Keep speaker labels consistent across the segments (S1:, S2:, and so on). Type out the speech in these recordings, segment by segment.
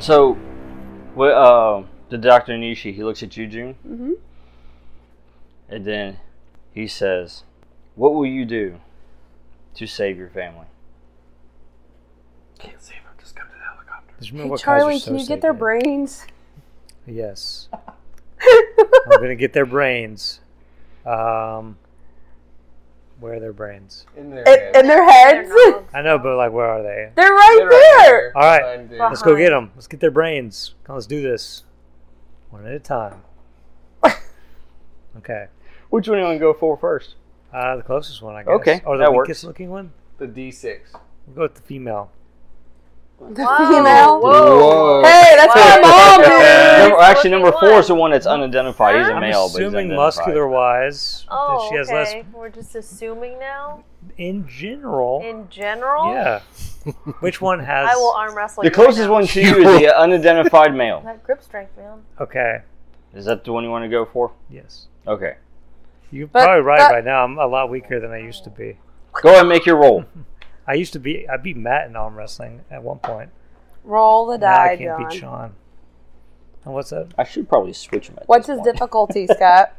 S1: So, what, uh, the Dr. Nishi, he looks at you, June,
S2: Mm-hmm.
S1: and then he says, What will you do to save your family?
S3: Can't save him. Just come to the helicopter.
S4: Just
S2: Hey,
S4: remember what Kaiser
S2: Charlie,
S4: so
S2: can you
S4: said
S2: get their
S4: that.
S2: brains?
S4: Yes. I'm gonna get their brains. Um, where are their brains?
S3: In there.
S2: and, and their heads?
S4: I know, but like, where are they?
S2: They're right there.
S4: All right.
S2: Well,
S4: Let's
S5: Uh-huh.
S4: go get them. Let's get their brains. Come, on, let's do this, one at a time. Okay.
S1: Which one do you want to go for first?
S4: Uh, the closest one, I guess.
S1: Okay,
S4: Or the
S1: that works.
S4: weakest looking one.
S3: The D6.
S4: We'll go with the female.
S2: The female.
S3: Whoa.
S2: Hey, that's my mom, dude.
S1: Number- actually, number four is the
S5: one.
S1: one that's unidentified. He's a
S5: I'm
S1: male, but
S4: I'm
S1: he's
S4: assuming
S1: unidentified.
S4: muscular wise
S5: Oh,
S4: that she has
S5: okay.
S4: less
S5: We're just assuming now.
S4: in general.
S5: In general,
S4: yeah. Which one has?
S5: I will arm wrestle.
S1: The
S5: you
S1: closest
S5: right
S1: one to you is the unidentified
S5: Now.
S1: male.
S5: That grip strength, man.
S4: Okay.
S1: Is that the one you want to go for?
S4: Yes.
S1: Okay.
S4: You're
S2: But-
S4: probably right.
S2: but-
S4: right now, I'm a lot weaker than I used to be.
S1: Go ahead and make your roll.
S4: I used to be. I beat Matt in arm wrestling at one point.
S2: Roll the
S4: now I
S2: die,
S4: can't
S2: John.
S4: beat Sean. And what's that?
S1: I should probably switch him. At
S2: What's
S1: this
S2: his
S1: point.
S2: difficulty, Scott?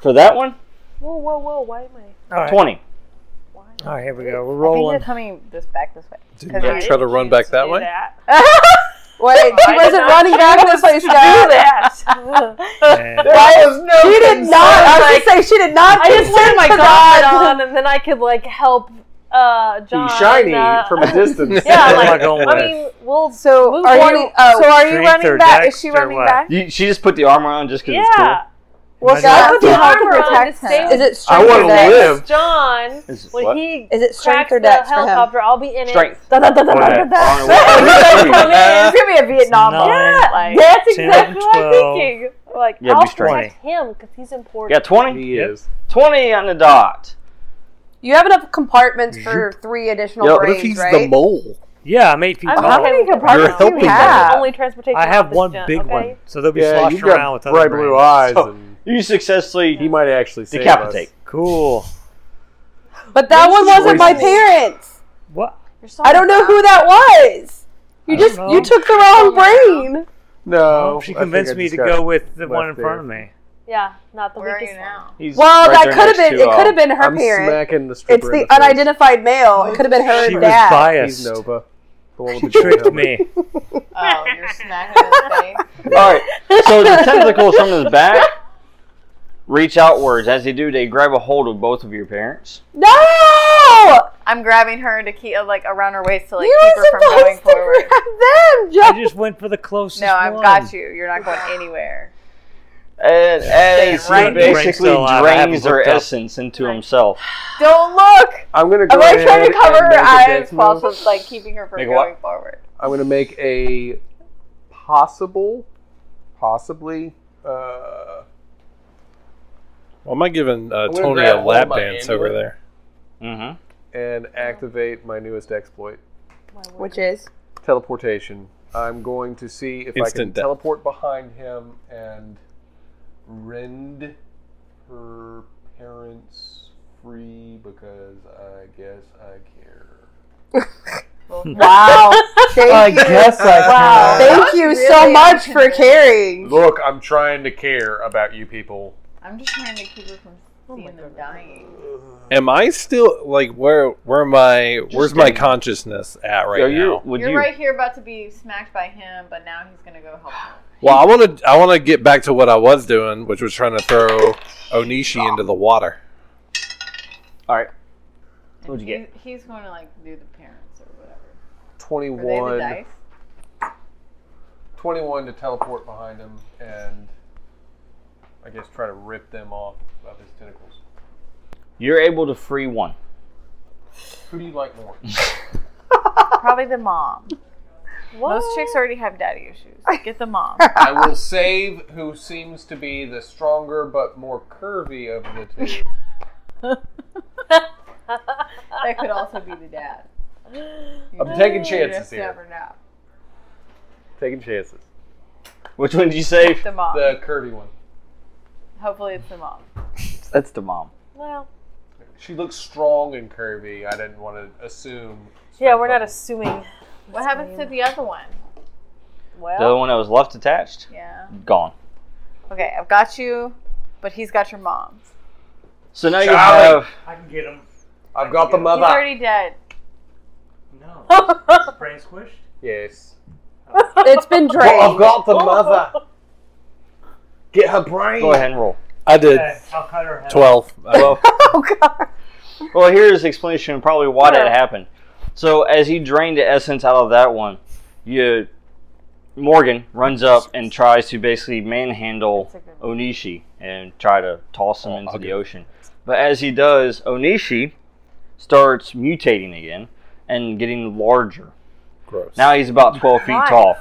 S1: for that one?
S5: Whoa, whoa, whoa! Why am I?
S4: All right.
S1: twenty.
S5: Why?
S4: All right. Here we go. We're
S6: I
S4: rolling.
S6: think they're coming this back this way.
S3: Didn't you try to run back that way?
S2: Wait, she
S5: I did
S2: wasn't
S5: not
S2: running back this way, Scott.
S5: that.
S4: And-
S3: was no
S2: She did not. I was gonna say she did not.
S5: I just
S2: consent
S5: put my
S2: to
S5: gauntlet
S2: that.
S5: on, and then I could like help uh, John.
S3: shiny
S5: uh,
S3: from a distance.
S1: Oh
S4: What
S5: Yeah,
S4: am I
S5: like,
S4: going
S5: I
S4: with?
S5: mean, we'll
S2: So
S5: Move
S2: are
S5: on.
S2: you? oh, So are you
S4: Strength or
S2: running back?
S4: dex
S2: Is she
S4: or
S2: running
S4: what?
S2: back?
S1: You, she just put the armor on just because
S5: yeah.
S2: Well,
S4: Imagine
S2: Scott,
S4: that.
S2: do you
S5: Put
S2: have to
S5: the armor on
S2: protect
S5: to stay
S2: him? Is
S5: with-
S2: it
S3: I
S2: strength or
S3: want to
S2: dex?
S3: live.
S5: John,
S1: Is it
S5: when
S1: what?
S5: he
S2: Is it strength
S5: cracks
S2: or
S5: the
S2: dex for him?
S5: helicopter, I'll be in
S1: Strength.
S5: it. Da, da, da, da,
S1: it's cool.
S5: da, da, da.
S1: Okay.
S5: Come in.
S2: It's gonna be a Vietnam
S4: Nine.
S2: War.
S5: Yeah, like,
S2: That's
S4: Ten.
S2: exactly.
S5: that's what I'm
S4: 12.
S5: thinking. Like,
S1: Yeah,
S5: I'll
S1: be straight.
S5: protect him because he's important.
S1: Yeah, twenty.
S3: He is.
S1: Twenty on the dot.
S2: You have enough compartments for three additional
S1: Yeah,
S2: brains,
S1: what
S7: What if he's
S2: right?
S7: the mole?
S4: yeah, I'm eight feet
S5: I'm
S4: tall.
S2: How
S5: okay
S2: many
S5: with it.
S2: compartments
S7: You're do you helping
S2: have? them.
S5: Only transportation.
S4: I have
S5: office,
S4: one
S5: John,
S4: big
S5: okay?
S4: one, so they'll be
S3: Yeah,
S4: sloshed
S3: you've
S4: around
S3: got
S4: with other
S3: bright blue
S4: brains.
S3: eyes.
S1: So-
S3: and
S1: You successfully
S3: he might actually save
S1: decapitate.
S3: us.
S4: Cool.
S2: But that one wasn't my parents.
S4: What?
S5: You're so
S2: I don't know who that was. You
S4: I don't
S2: just
S4: know.
S2: you took the wrong brain.
S3: No. Oh,
S4: she
S3: I think I
S4: convinced me
S3: just
S4: to
S3: got-
S4: go with the one in
S3: left
S4: front of me.
S5: Yeah, not the
S6: Where are
S5: weakest
S6: you now?
S1: He's
S2: Well,
S1: right
S2: Oh, that
S1: there
S2: could have
S1: next
S2: been
S1: to,
S2: it. Could have
S1: uh,
S2: been her
S3: I'm
S2: parent.
S3: smacking the stripper
S2: It's
S3: in
S2: the
S3: face.
S2: unidentified male. It could have been her
S4: She was
S2: dad.
S4: biased.
S3: He's Nova. The one with the
S4: You tricked
S3: helmet.
S4: me.
S6: Oh, you're smacking his face.
S1: All right. So the tentacles from his back reach outwards. As they do, they grab a hold of both of your parents.
S2: No,
S6: I'm grabbing her to keep uh, like around her waist to like
S2: you
S6: keep her
S2: were
S6: from
S2: supposed
S6: going
S2: to
S6: forward.
S2: grab them,
S4: I
S2: John.
S4: just went for the closest
S6: No, I've
S4: one.
S6: got you. You're not going anywhere.
S1: And as
S4: Right
S1: he
S4: in the brain
S1: basically
S4: cell, I haven't
S1: drains their
S4: looked up.
S1: essence into himself.
S6: Don't look.
S3: I'm gonna go
S6: I'm like
S3: ahead
S6: trying to
S3: and
S6: cover her
S3: make a
S6: eyes
S3: dex
S6: while
S3: move.
S6: just like keeping her from
S1: Make a what?
S6: going forward.
S3: I'm gonna make a possible, possibly. Uh,
S8: Well, am I giving uh,
S3: I'm gonna
S8: Tony
S3: grab
S8: a
S3: hold of
S8: lap
S3: my
S8: dance
S3: amulet.
S8: over there?
S1: Mm-hmm.
S3: and activate my newest exploit,
S2: Which is
S3: teleportation. I'm going to see if I can
S8: Instant death.
S3: teleport behind him and rend her parents free because I guess I care.
S2: wow.
S3: I guess I
S2: wow. Thank you so
S6: Really
S2: much for caring.
S3: Ah! Look, I'm trying to care about you people.
S6: I'm just trying to keep her from seeing them dying.
S8: Am I still like where? Where am I? where's my consciousness at right
S1: Are you?
S8: now?
S1: Would
S6: You're
S1: you?
S6: right here about to be smacked by him, but now he's gonna go help her.
S8: Well, I want to. I want to get back to what I was doing, which was trying to throw Onishi into the water.
S1: All right.
S6: And
S1: What'd you
S6: he's, he's going to like do the parents or whatever. Are they
S3: 21,
S6: the dice?
S3: 21 to teleport behind him and I guess try to rip them off of his tentacles.
S1: You're able to free one.
S3: Who do you like more?
S6: Probably the mom.
S5: What?
S6: Most chicks already have daddy issues. Get the mom.
S3: I will save who seems to be the stronger but more curvy of the two.
S6: that could also be the dad.
S3: I'm taking chances
S6: Just never
S3: here.
S6: know.
S3: Taking chances.
S1: Which one did you save?
S6: The mom.
S3: The curvy one.
S6: Hopefully it's the mom.
S1: That's the mom.
S5: Well,
S3: She looks strong and curvy. I didn't want to assume.
S5: yeah, we're not assuming.
S6: What happens to the other one?
S1: The other
S5: Well,
S1: one that was left attached,
S6: Yeah.
S1: gone.
S6: Okay, I've got you, but he's got your mom.
S1: So now you
S3: Charlie.
S1: have
S7: I can get him.
S3: I've got the
S6: He's
S3: mother.
S6: already dead.
S7: No.
S2: it's
S7: Brain squished?
S3: Yes.
S2: been
S3: Well, I've
S2: drained.
S3: got the mother. Get her brain.
S1: go ahead and roll.
S8: I did
S7: Okay, I'll cut her head.
S8: twelve.
S1: Well,
S2: Oh god.
S1: well, here's the explanation of probably why that happened. So as he drained the essence out of that one, you Morgan runs up and tries to basically manhandle
S6: That's a good
S1: Onishi and try to toss him
S8: Oh,
S1: into
S8: okay.
S1: the ocean. But as he does, Onishi starts mutating again and getting larger.
S8: Gross.
S1: Now he's about 12 feet
S5: Why?
S1: tall.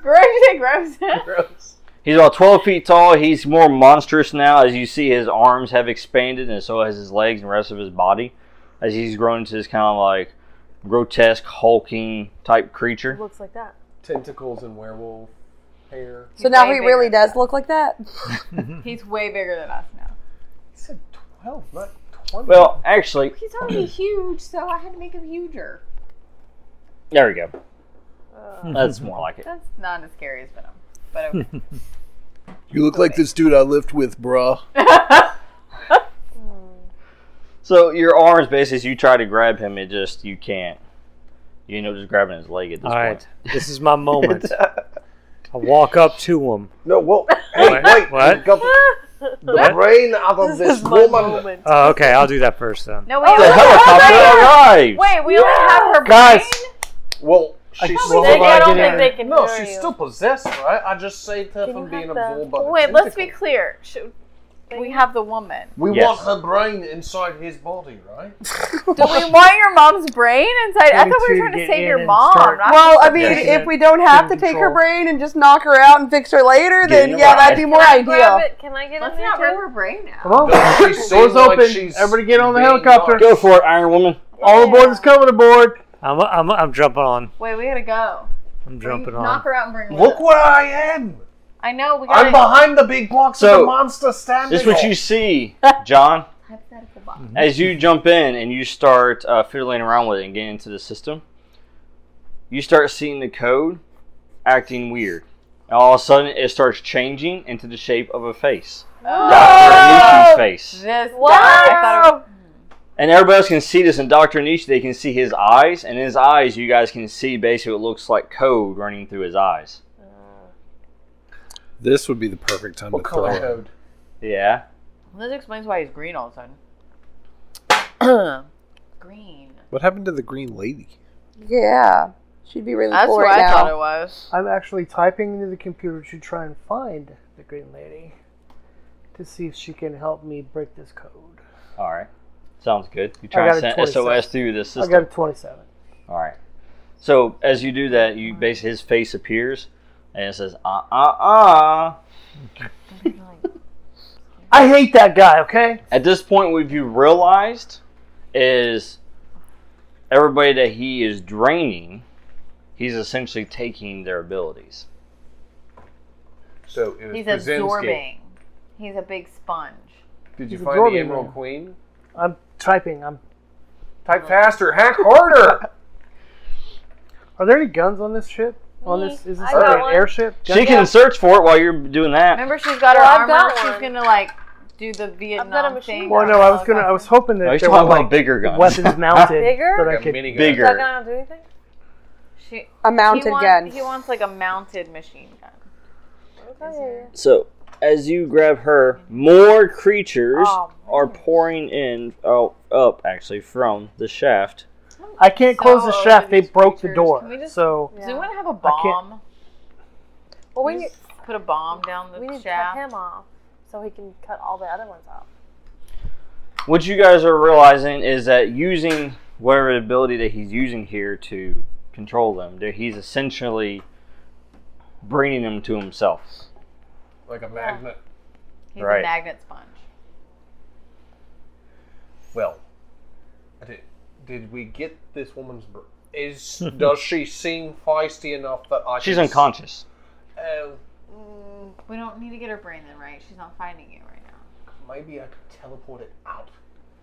S6: Gross, gross.
S3: Gross.
S1: He's about 12 feet tall. He's more monstrous now. As you see, his arms have expanded, and so has his legs and the rest of his body. As he's grown into this kind of like grotesque, hulking type creature.
S5: looks like that.
S3: Tentacles and werewolf hair.
S2: So now he really does look like that.
S6: He's way bigger than us now.
S3: He said 12, not 20.
S1: Well, actually,
S6: He's already huge, so I had to make him huger.
S1: there we go.
S5: Uh,
S1: That's more like it.
S6: That's not as scary as Venom. But okay.
S8: you look like this dude I lived with, bruh.
S1: So your arms, basically, as you try to grab him, it just you can't. You end up just grabbing his leg at this
S4: All right,
S1: point.
S4: this is my moment. I walk up to him.
S3: no, well, hey, wait.
S4: What?
S3: I've got the, the brain out of this,
S5: is my
S3: woman.
S5: moment.
S4: Oh, okay, I'll do that first then.
S6: no, we
S1: The
S6: only,
S1: helicopter arrives.
S6: wait, we only have her
S1: Guys.
S3: Well, she's still
S5: They, I don't
S3: didn't-
S5: think they can
S3: No,
S5: hear
S3: she's
S5: you.
S3: still possessed, right? I just saved her
S5: Can
S3: from
S5: you
S3: being
S5: have the-
S3: absorbed by the
S6: brain. Wait, let's be
S3: tentacle.
S6: clear. Should, we have the woman.
S3: We
S1: Yes.
S3: want her brain inside his body, right?
S6: Do we want your mom's brain inside? I thought we were
S7: Thirty-two to
S6: trying to
S7: get
S6: save
S7: in
S6: your
S7: and
S6: mom.
S7: start-
S6: not-
S2: Well, I mean,
S7: Yeah, she
S2: if
S7: had
S2: we don't have to take her
S7: control.
S2: brain and just knock her out and fix her later, then
S1: Yeah,
S2: yeah, that'd be
S1: right.
S2: more
S5: Can I grab
S2: ideal.
S5: it? Can I get
S6: let's
S5: in there
S6: not rip
S5: too?
S6: her brain out.
S3: Doesn't she seem
S7: Doors
S3: like
S7: open.
S3: she's
S7: Everybody get on the
S3: being
S7: helicopter.
S3: watched?
S1: Go for it, Iron Woman.
S7: All aboard is coming aboard.
S4: I'm, I'm, I'm jumping on.
S6: Wait, we gotta go.
S4: I'm jumping
S6: Bring- Knock
S4: on.
S6: her out and bring her. with
S3: Look
S6: us.
S3: where I am!
S6: I know we gotta.
S3: I'm behind the big blocks
S1: So,
S3: of the monster standing.
S1: This is what
S3: on.
S1: you see, John.
S6: hypothetical box.
S1: as you jump in and you start uh, fiddling around with it and getting into the system, you start seeing the code acting weird. And all of a sudden, it starts changing into the shape of a face, Doctor Anishi's face.
S6: This
S5: Wow.
S6: guy, I thought it was-
S1: And everybody else can see this. And Doctor Anish, they can see his eyes, and in his eyes, you guys can see basically what looks like code running through his eyes.
S8: This would be the perfect time
S3: What
S8: to throw
S3: color
S8: it.
S3: code?
S1: Yeah.
S6: This explains why he's green all of a sudden. green.
S8: What happened to the green lady?
S2: Yeah, she'd be really
S6: That's
S2: cool
S6: what
S2: right
S6: I
S2: now.
S6: thought it was.
S7: I'm actually typing into the computer to try and find the Green Lady to see if she can help me break this code.
S1: All right. Sounds good. You try
S7: got
S1: and
S7: a
S1: send
S7: 26.
S1: SOS through this
S7: I
S1: system.
S7: got a 27.
S1: All right. So as you do that, you base his face appears, and it says ah ah ah.
S7: I hate that guy, okay?
S1: At this point, what you realized is everybody that he is draining, he's essentially taking their abilities.
S3: So it was
S6: He's
S3: Brzezinski.
S6: absorbing. He's a big sponge.
S3: Did you
S7: He's
S3: find the
S7: absorbing
S3: Emerald
S7: them.
S3: Queen?
S7: I'm typing. I'm.
S3: Type faster, hack harder!
S7: Are there any guns on this ship? On this? Is this
S5: I
S7: like
S5: got
S7: an
S5: one.
S7: airship? Gun
S1: She can search for it while you're doing that.
S6: Remember, she's got her
S5: Well, I've
S6: armor.
S5: got
S6: she's
S5: one.
S6: gonna like do the
S5: got
S6: Vietnam
S5: a machine
S6: thing.
S7: Well, no, I was gonna. I was hoping that
S4: Oh,
S1: No, he's
S7: there
S1: talking
S7: were
S1: about
S7: like
S1: bigger guns.
S7: weapons mounted
S5: Bigger?
S7: that I
S3: Like a
S7: could.
S3: minigun.
S5: Is that
S1: Bigger.
S5: gonna do anything?
S6: She,
S2: A
S6: he,
S2: mounted
S6: wants,
S2: gun.
S6: he wants like a mounted machine gun.
S5: Okay.
S1: So as you grab her, more creatures
S5: Oh,
S1: are pouring in, oh, up actually from the shaft.
S7: I can't close the
S6: So,
S7: shaft. They
S6: these
S7: broke the
S6: creatures-
S7: door.
S6: can we just-
S7: so
S6: Does anyone
S5: Yeah.
S6: have a
S7: I can't-
S6: bomb?
S5: Well, we
S6: Can you
S5: need,
S6: just put a bomb down
S5: we need
S6: the
S5: to cut
S6: shaft.
S5: him off so he can cut all the other ones off.
S1: what you guys are realizing is that using whatever ability that he's using here to control them, that he's essentially bringing them to himself.
S3: Like a magnet.
S6: He's
S1: Right.
S6: a magnet sponge.
S3: Well, did, did we get this woman's. Br- is Does she seem feisty enough that I
S1: She's
S3: can s-
S1: unconscious.
S3: Uh,
S6: We don't need to get her brain then, right? She's not finding it right now.
S3: maybe I could teleport it out.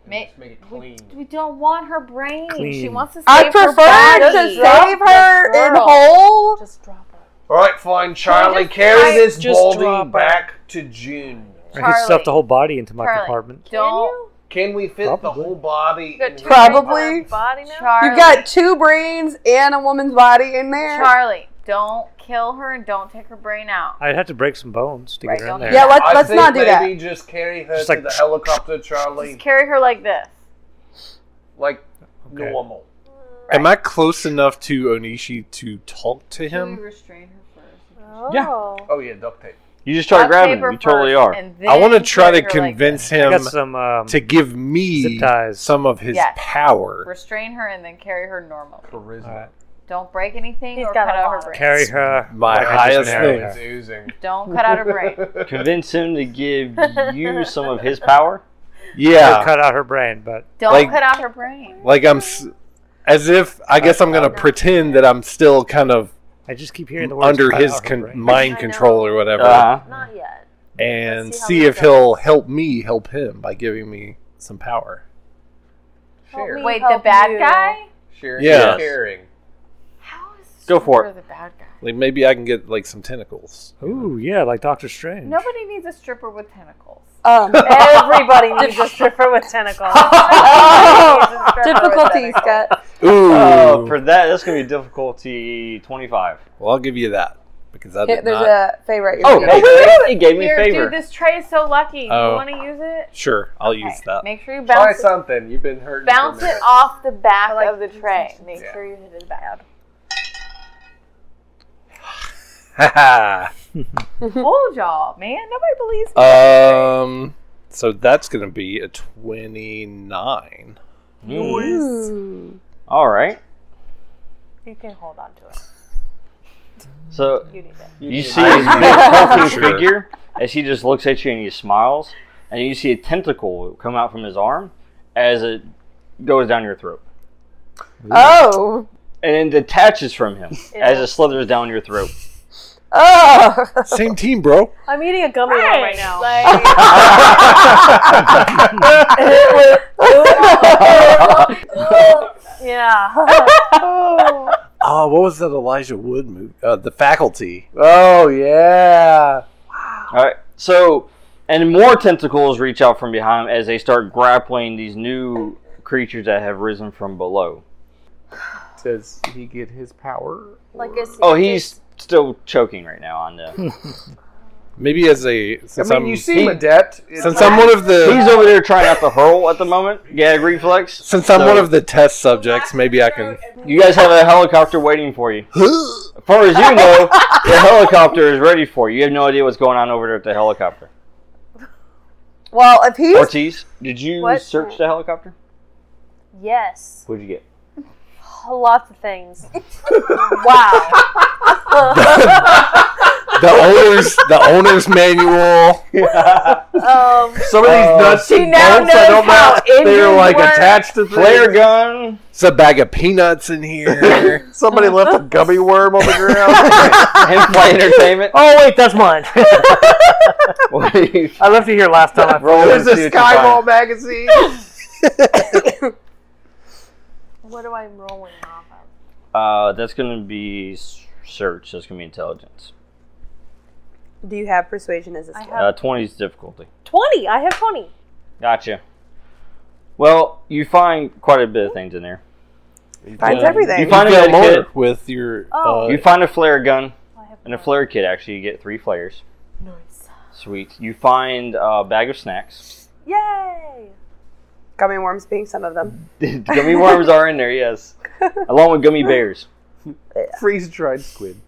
S3: and
S6: Ma-
S3: just make it
S6: we-
S3: clean.
S6: We, don't want her brain. She
S4: Clean.
S6: wants to save
S2: I
S6: her
S2: prefer to
S6: body.
S2: save her in
S5: Girl.
S2: whole
S5: Just drop her.
S3: All right, fine, Charlie.
S5: just-
S3: Carry
S5: I-
S3: this
S4: just
S3: baldy
S4: drop
S3: back to June.
S4: I could stuff
S5: Charlie.
S4: the whole body into my
S5: Charlie.
S4: compartment.
S2: Don't.
S3: Can we fit the
S4: Probably.
S3: whole body?
S5: Got
S3: in
S5: two
S3: here?
S2: Probably.
S5: brains in our Body now?
S6: Charlie,
S2: You got two brains and a woman's body in there.
S6: Charlie, don't kill her and don't take her brain out.
S4: I'd have to break some bones to
S6: Right,
S4: get her in
S6: don't-
S4: there.
S2: yeah, let's,
S3: I
S2: let's
S3: think
S2: not do
S3: maybe
S2: that.
S3: just carry her
S4: Just
S3: to
S4: like-
S3: the helicopter,
S6: Just
S3: Charlie,
S6: carry her like this.
S3: like
S4: Okay.
S3: normal.
S8: Am I close enough to Onishi to talk to him?
S6: restrain her first?
S5: Oh.
S3: Oh yeah, duct tape.
S1: You just start grabbing them. You totally are.
S4: Mm,
S8: I want to try to convince
S4: I
S8: him
S4: got some. Um,
S8: to give me
S4: zip ties.
S8: some of his
S6: Yes.
S8: power.
S6: restrain her and then carry her normally.
S4: all
S3: Charisma.
S4: right.
S6: Don't break anything
S5: He's
S6: or
S5: got
S6: cut
S5: a
S6: out her
S5: lot.
S6: brain.
S4: Carry her.
S8: My
S4: like I just
S8: highest
S4: married
S8: thing.
S4: her.
S3: It's oozing.
S6: Don't cut out her brain.
S1: Convince him to give you some of his power.
S4: I'll
S8: Yeah,
S4: cut out her brain, but
S6: Don't
S8: Like-
S6: cut out her brain.
S8: like I'm, s- as if I guess I'm gonna pretend that I'm still kind of
S4: I just keep hearing the words
S8: under
S4: cut out
S8: his
S4: her
S8: con-
S4: brain.
S8: mind
S5: I
S8: control or whatever,
S1: Uh,
S5: Not yet.
S8: and
S5: Let's see how
S8: see
S5: this
S8: if he'll help me help him by giving me some power.
S5: Help
S3: Share.
S5: me
S6: Wait, the
S5: help
S6: bad
S5: you.
S6: guy?
S3: Sharing
S8: Yeah.
S3: is caring.
S6: How is
S1: Go for
S6: stripper The bad guy.
S8: Like maybe I can get like some tentacles.
S4: Ooh, yeah, like Doctor Strange.
S6: Nobody needs a stripper with tentacles.
S2: Um,
S5: Everybody needs a stripper with tentacles.
S2: difficulties, Oh, Scott.
S8: Ooh,
S1: oh, for that, that's gonna be difficulty twenty-five.
S8: well I'll give you that because I
S2: Here,
S8: did
S2: There's
S8: not.
S2: a favor at your
S1: Oh,
S2: feet.
S1: hey, hey, he gave me
S6: Here,
S1: a favor.
S6: dude, this tray is so lucky.
S8: Oh.
S6: You want to use it?
S8: Sure, I'll use
S6: Okay,
S8: that.
S6: Make sure you
S3: Try
S6: bounce it,
S3: something. You've been hurting. for
S6: bounce it
S3: minutes.
S6: off the back
S5: like
S6: of the tray. Make
S3: Yeah.
S6: sure you hit it back.
S8: Haha.
S6: Told y'all, man. Nobody believes me.
S8: um, so that's gonna be a twenty-nine.
S2: Ooh.
S1: All right.
S5: You can hold on to it.
S1: So
S5: You need it.
S1: you see his big hulking figure as he just looks at you and he smiles, and you see a tentacle come out from his arm as it goes down your throat,
S2: Oh.
S1: and then detaches from him as it slithers down your throat.
S2: Oh.
S8: Same team, bro.
S5: I'm eating a gummy worm right now.
S6: Like,
S5: yeah.
S8: Oh, what was that Elijah Wood movie? Uh, the Faculty.
S3: Oh yeah.
S1: All right. So, and more tentacles reach out from behind as they start grappling these new creatures that have risen from below.
S3: Does he get his power?
S5: Like it's,
S1: Oh, he's still choking right now on the.
S8: Maybe as a
S3: I
S8: since
S3: mean,
S8: am
S3: you seem
S1: he-
S3: adept. It's
S8: since I'm one of
S1: He's
S8: the
S1: over there trying not to hurl at the moment. Gag reflex.
S8: since I'm
S1: So-
S8: one of the test subjects, maybe I can.
S1: You guys have a helicopter waiting for you. As far as you know, the helicopter is ready for you. You have no idea what's going on over there at the helicopter.
S2: well, if he's
S1: Ortiz, did you
S5: What?
S1: search the helicopter?
S5: yes.
S1: What'd you get?
S5: Lots of things. wow.
S8: the owners the owner's manual. Uh,
S5: Um,
S8: Some of these nuts and
S5: now
S8: bolts, I
S5: knows
S8: don't
S5: how
S8: know. They're
S5: engines
S8: like
S5: work.
S8: attached to
S1: Flare
S8: things.
S1: gun.
S8: It's a bag of peanuts in here.
S3: somebody left a gummy worm on the ground.
S1: Him play entertainment.
S4: Oh wait, that's mine.
S1: What do you-
S4: I left it here last time. I
S1: Roll
S3: There's
S1: to see
S3: a
S1: what you find.
S3: Skyball magazine.
S5: what am I rolling off of?
S1: Uh, that's gonna be s- search. That's gonna be intelligence.
S2: Do you have persuasion as a
S5: I
S2: skill?
S1: Uh,
S5: have
S1: Twenty is difficulty.
S5: 20. I have 20.
S1: Gotcha. Well, you find quite a bit of things in there.
S2: Finds
S1: Yeah.
S2: everything.
S1: You find a med kit.
S8: more with your.
S5: Oh.
S8: uh,
S1: You find a flare gun
S5: I have
S1: and a
S5: 20.
S1: flare kit. Actually, you get three flares.
S5: Nice.
S1: Sweet. You find a bag of snacks.
S5: Yay!
S2: Gummy worms being some of them.
S1: gummy worms are in there, yes, along with gummy bears.
S3: Freeze dried squid.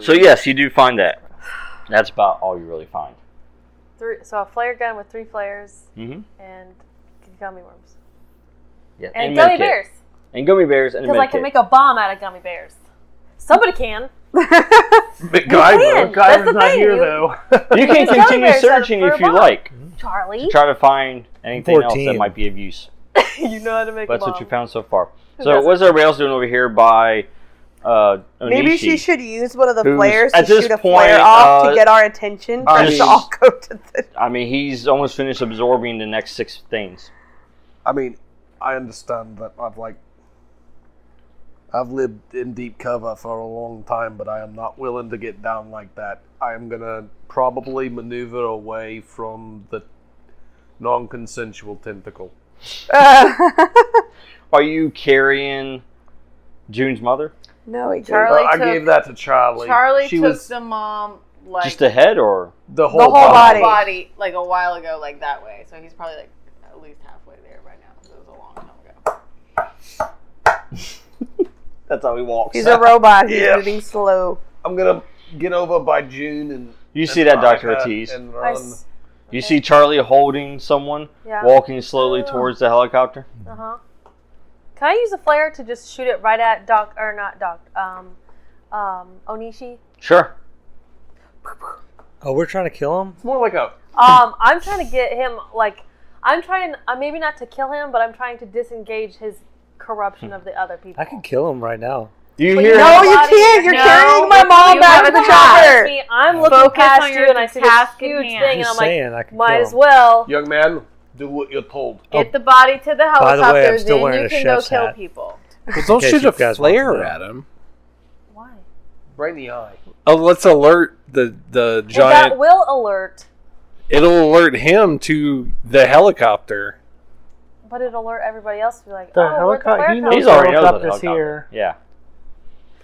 S1: So yes, you do find that. That's about all you really find.
S5: Three, so a flare gun with three flares
S1: Mm-hmm.
S5: and gummy worms.
S1: Yeah.
S5: And,
S1: med
S5: gummy
S1: kit.
S5: bears.
S1: And gummy bears and a
S5: Because
S1: med
S5: I can
S1: kit.
S5: make a bomb out of gummy bears. Somebody can.
S3: MacGyver.
S5: can. That's the
S4: not
S5: thing.
S4: here
S5: you-
S4: though.
S1: you can
S5: There's gummy
S1: continue
S5: bears that are
S1: searching
S5: for a
S1: if you
S5: bomb.
S1: like.
S5: Charlie.
S1: try to find anything else that
S4: 14.
S1: might be of use.
S5: you know how to make
S1: That's
S5: a bomb.
S1: what you found so far. So
S5: doesn't?
S1: what's everybody else doing over here by uh, Onishi?
S2: Maybe she should use one of the
S1: Who's-
S2: flares to
S1: at this
S2: shoot a
S1: point,
S2: flare off
S1: uh,
S2: to get our
S1: I
S2: attention for us
S1: mean-
S2: to all go to the.
S1: I mean, he's almost finished absorbing the next six things.
S3: I mean, I understand that I've like I've lived in deep cover for a long time, but I am not willing to get down like that. I am gonna probably maneuver away from the non-consensual tentacle.
S1: Are you carrying June's mother?
S2: no, he can't.
S6: Charlie
S3: Uh, I
S6: took-
S3: gave that to Charlie.
S6: Charlie
S3: she
S6: took
S3: was
S6: the mom like
S1: Just the head, or
S3: the whole,
S2: whole body.
S3: body.
S6: body like a while ago, like that way. So he's probably like at least halfway there by now. 'cause It was a long time ago.
S1: that's how he walks.
S2: He's a robot. He's
S3: Yeah.
S2: moving slow.
S3: I'm gonna get over by June and
S1: you see that, Doctor Ortiz?
S3: Ortiz. And
S5: I
S3: run.
S5: s-
S1: You see Charlie holding someone,
S5: yeah.
S1: walking slowly
S5: Oh.
S1: towards the helicopter.
S5: Uh huh. Can I use a flare to just shoot it right at Doc or not Doc? Um, um, Onishi.
S1: Sure.
S4: Oh, we're trying to kill him.
S3: It's more like a
S5: Um, I'm trying to get him like I'm trying uh, maybe not to kill him, but I'm trying to disengage his corruption of the other people.
S4: I can kill him right now.
S1: You
S5: But
S1: hear?
S5: no,
S2: No, you
S5: Body-
S2: can't. You're
S6: No,
S2: carrying my mom
S6: you
S2: back
S6: have
S2: to the
S6: to
S2: chopper.
S5: Me, I'm looking
S6: Focus
S5: past
S6: on
S5: you
S6: your
S5: and I see this
S6: task at
S5: huge
S6: hand.
S5: thing, and
S4: Just
S5: I'm like,
S4: saying, I can
S5: might
S4: kill
S5: as
S4: him.
S5: well.
S3: young man. Do what you're told.
S6: Get the body to the
S4: By
S6: helicopter,
S4: the way, I'm still
S6: then
S4: wearing
S6: you
S4: a
S6: can go
S4: chef's
S6: kill
S4: hat.
S6: people.
S8: Well, don't
S4: Okay,
S8: shoot
S4: you
S8: a
S4: guys want
S8: flare
S4: to know.
S8: at him.
S5: Why?
S3: Right in the eye.
S8: Oh, let's alert the the
S5: Well,
S8: giant.
S5: that will alert,
S8: It'll alert him to the helicopter.
S5: but it'll alert everybody else to be like,
S7: The
S5: oh,
S7: helicopter.
S5: where'd
S7: He
S5: the
S1: He's
S5: flare come
S7: knows the
S5: from?
S1: already knows about the
S7: helicopter's
S1: helicopter.
S7: here.
S1: Yeah.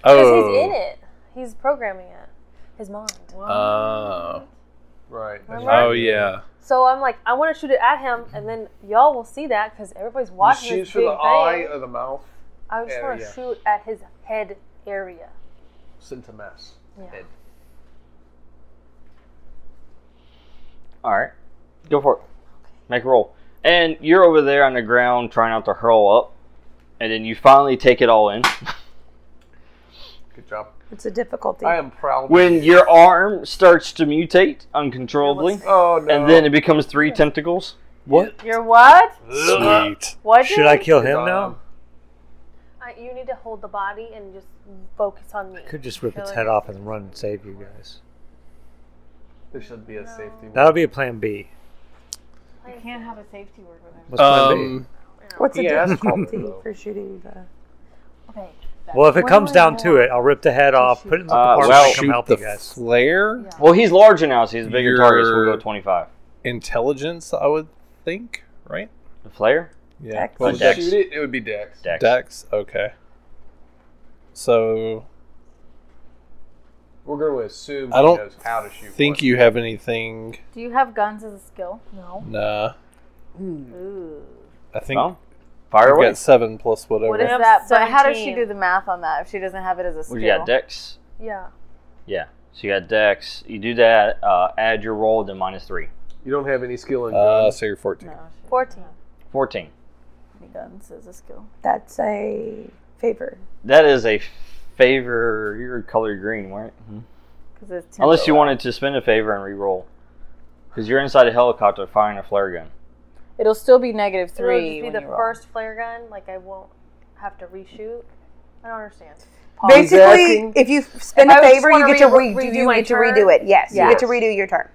S5: Because
S8: Oh,
S5: he's in it. He's programming it. His mind.
S8: Oh.
S3: Right.
S5: Remember?
S8: oh yeah.
S5: So I'm like, I want to shoot it at him, and then y'all will see that because everybody's watching
S3: You
S5: this
S3: shoot
S5: big
S3: for the
S5: thing.
S3: eye or the mouth.
S5: I just want to
S3: area.
S5: shoot at his head area.
S3: Sent a mass.
S5: Yeah.
S3: Head.
S1: All right. Go for it. Make a roll. And you're over there on the ground trying not to hurl up, and then you finally take it all in.
S3: Good job.
S2: It's a difficulty.
S3: I am proud.
S1: When your arm starts to mutate uncontrollably,
S3: oh no.
S1: and then it becomes three tentacles.
S4: What?
S6: You're what?
S8: Sweet.
S6: What?
S4: Should I
S6: Jimmy?
S4: kill
S8: Um,
S4: him now?
S5: I, you need to hold the body and just focus on me.
S4: I could just rip its head off and run and save you guys.
S3: There should be a safety.
S4: That would be a plan B.
S6: I can't have a safety word with him.
S4: What's plan B?
S8: Um,
S2: What's the
S3: He asked for it,
S2: difficulty
S3: though.
S2: for shooting the?
S6: Okay.
S4: Well, if it
S5: What
S4: comes
S5: do I
S4: down
S5: want?
S4: to it, I'll rip the head off, put it in the
S1: Uh,
S4: compartment,
S1: well,
S4: and come
S8: shoot
S4: help
S8: the
S4: you guys.
S8: flare.
S6: Yeah.
S1: Well, he's large now, so he's a bigger
S8: Your-
S1: target, so we'll go 25.
S8: Intelligence, I would think. Right.
S1: The flare?
S8: Yeah.
S2: Dex.
S8: What
S1: Oh,
S8: was
S1: Dex.
S3: Shoot it. It would be Dex.
S1: Dex.
S8: Dex. Okay. So
S3: We're going to assume
S8: I don't
S3: he knows how to shoot.
S8: think
S3: one.
S8: you have anything.
S6: Do you have guns as a skill? No.
S8: Nah.
S6: Ooh.
S8: I think
S1: Well, fire
S8: I've
S1: away.
S8: got seven plus whatever.
S6: What
S5: I
S6: is
S5: have
S6: that? But how does she
S5: 17.
S6: do the math on that if she doesn't have it as a skill?
S1: What do you got? Dex?
S5: Yeah.
S1: Yeah. So you got Dex. You do that, uh, add your roll, then minus three.
S3: You don't have any skill in
S8: Uh,
S3: guns.
S8: so you're fourteen.
S6: No, she
S5: 14.
S1: 14.
S6: doesn't have guns as a skill.
S2: That's a favor.
S1: That is a favor. You're color green, right? Hmm.
S6: Because it's
S1: Unless you wanted to spend a favor and re-roll. Because you're inside a helicopter firing a flare gun.
S6: It'll still be negative
S5: It'll
S6: three.
S5: just be
S6: when
S5: the
S6: you roll.
S5: first flare gun. Like, I won't have to reshoot. I don't understand.
S2: Basically, if you spend
S5: If
S2: a
S5: I just
S2: favor, you
S5: wanna
S2: get to
S5: re-
S2: re- do
S5: redo
S2: you
S5: my
S2: get to
S5: turn?
S2: redo it. Yes, you
S6: Yes.
S2: get to redo your turn.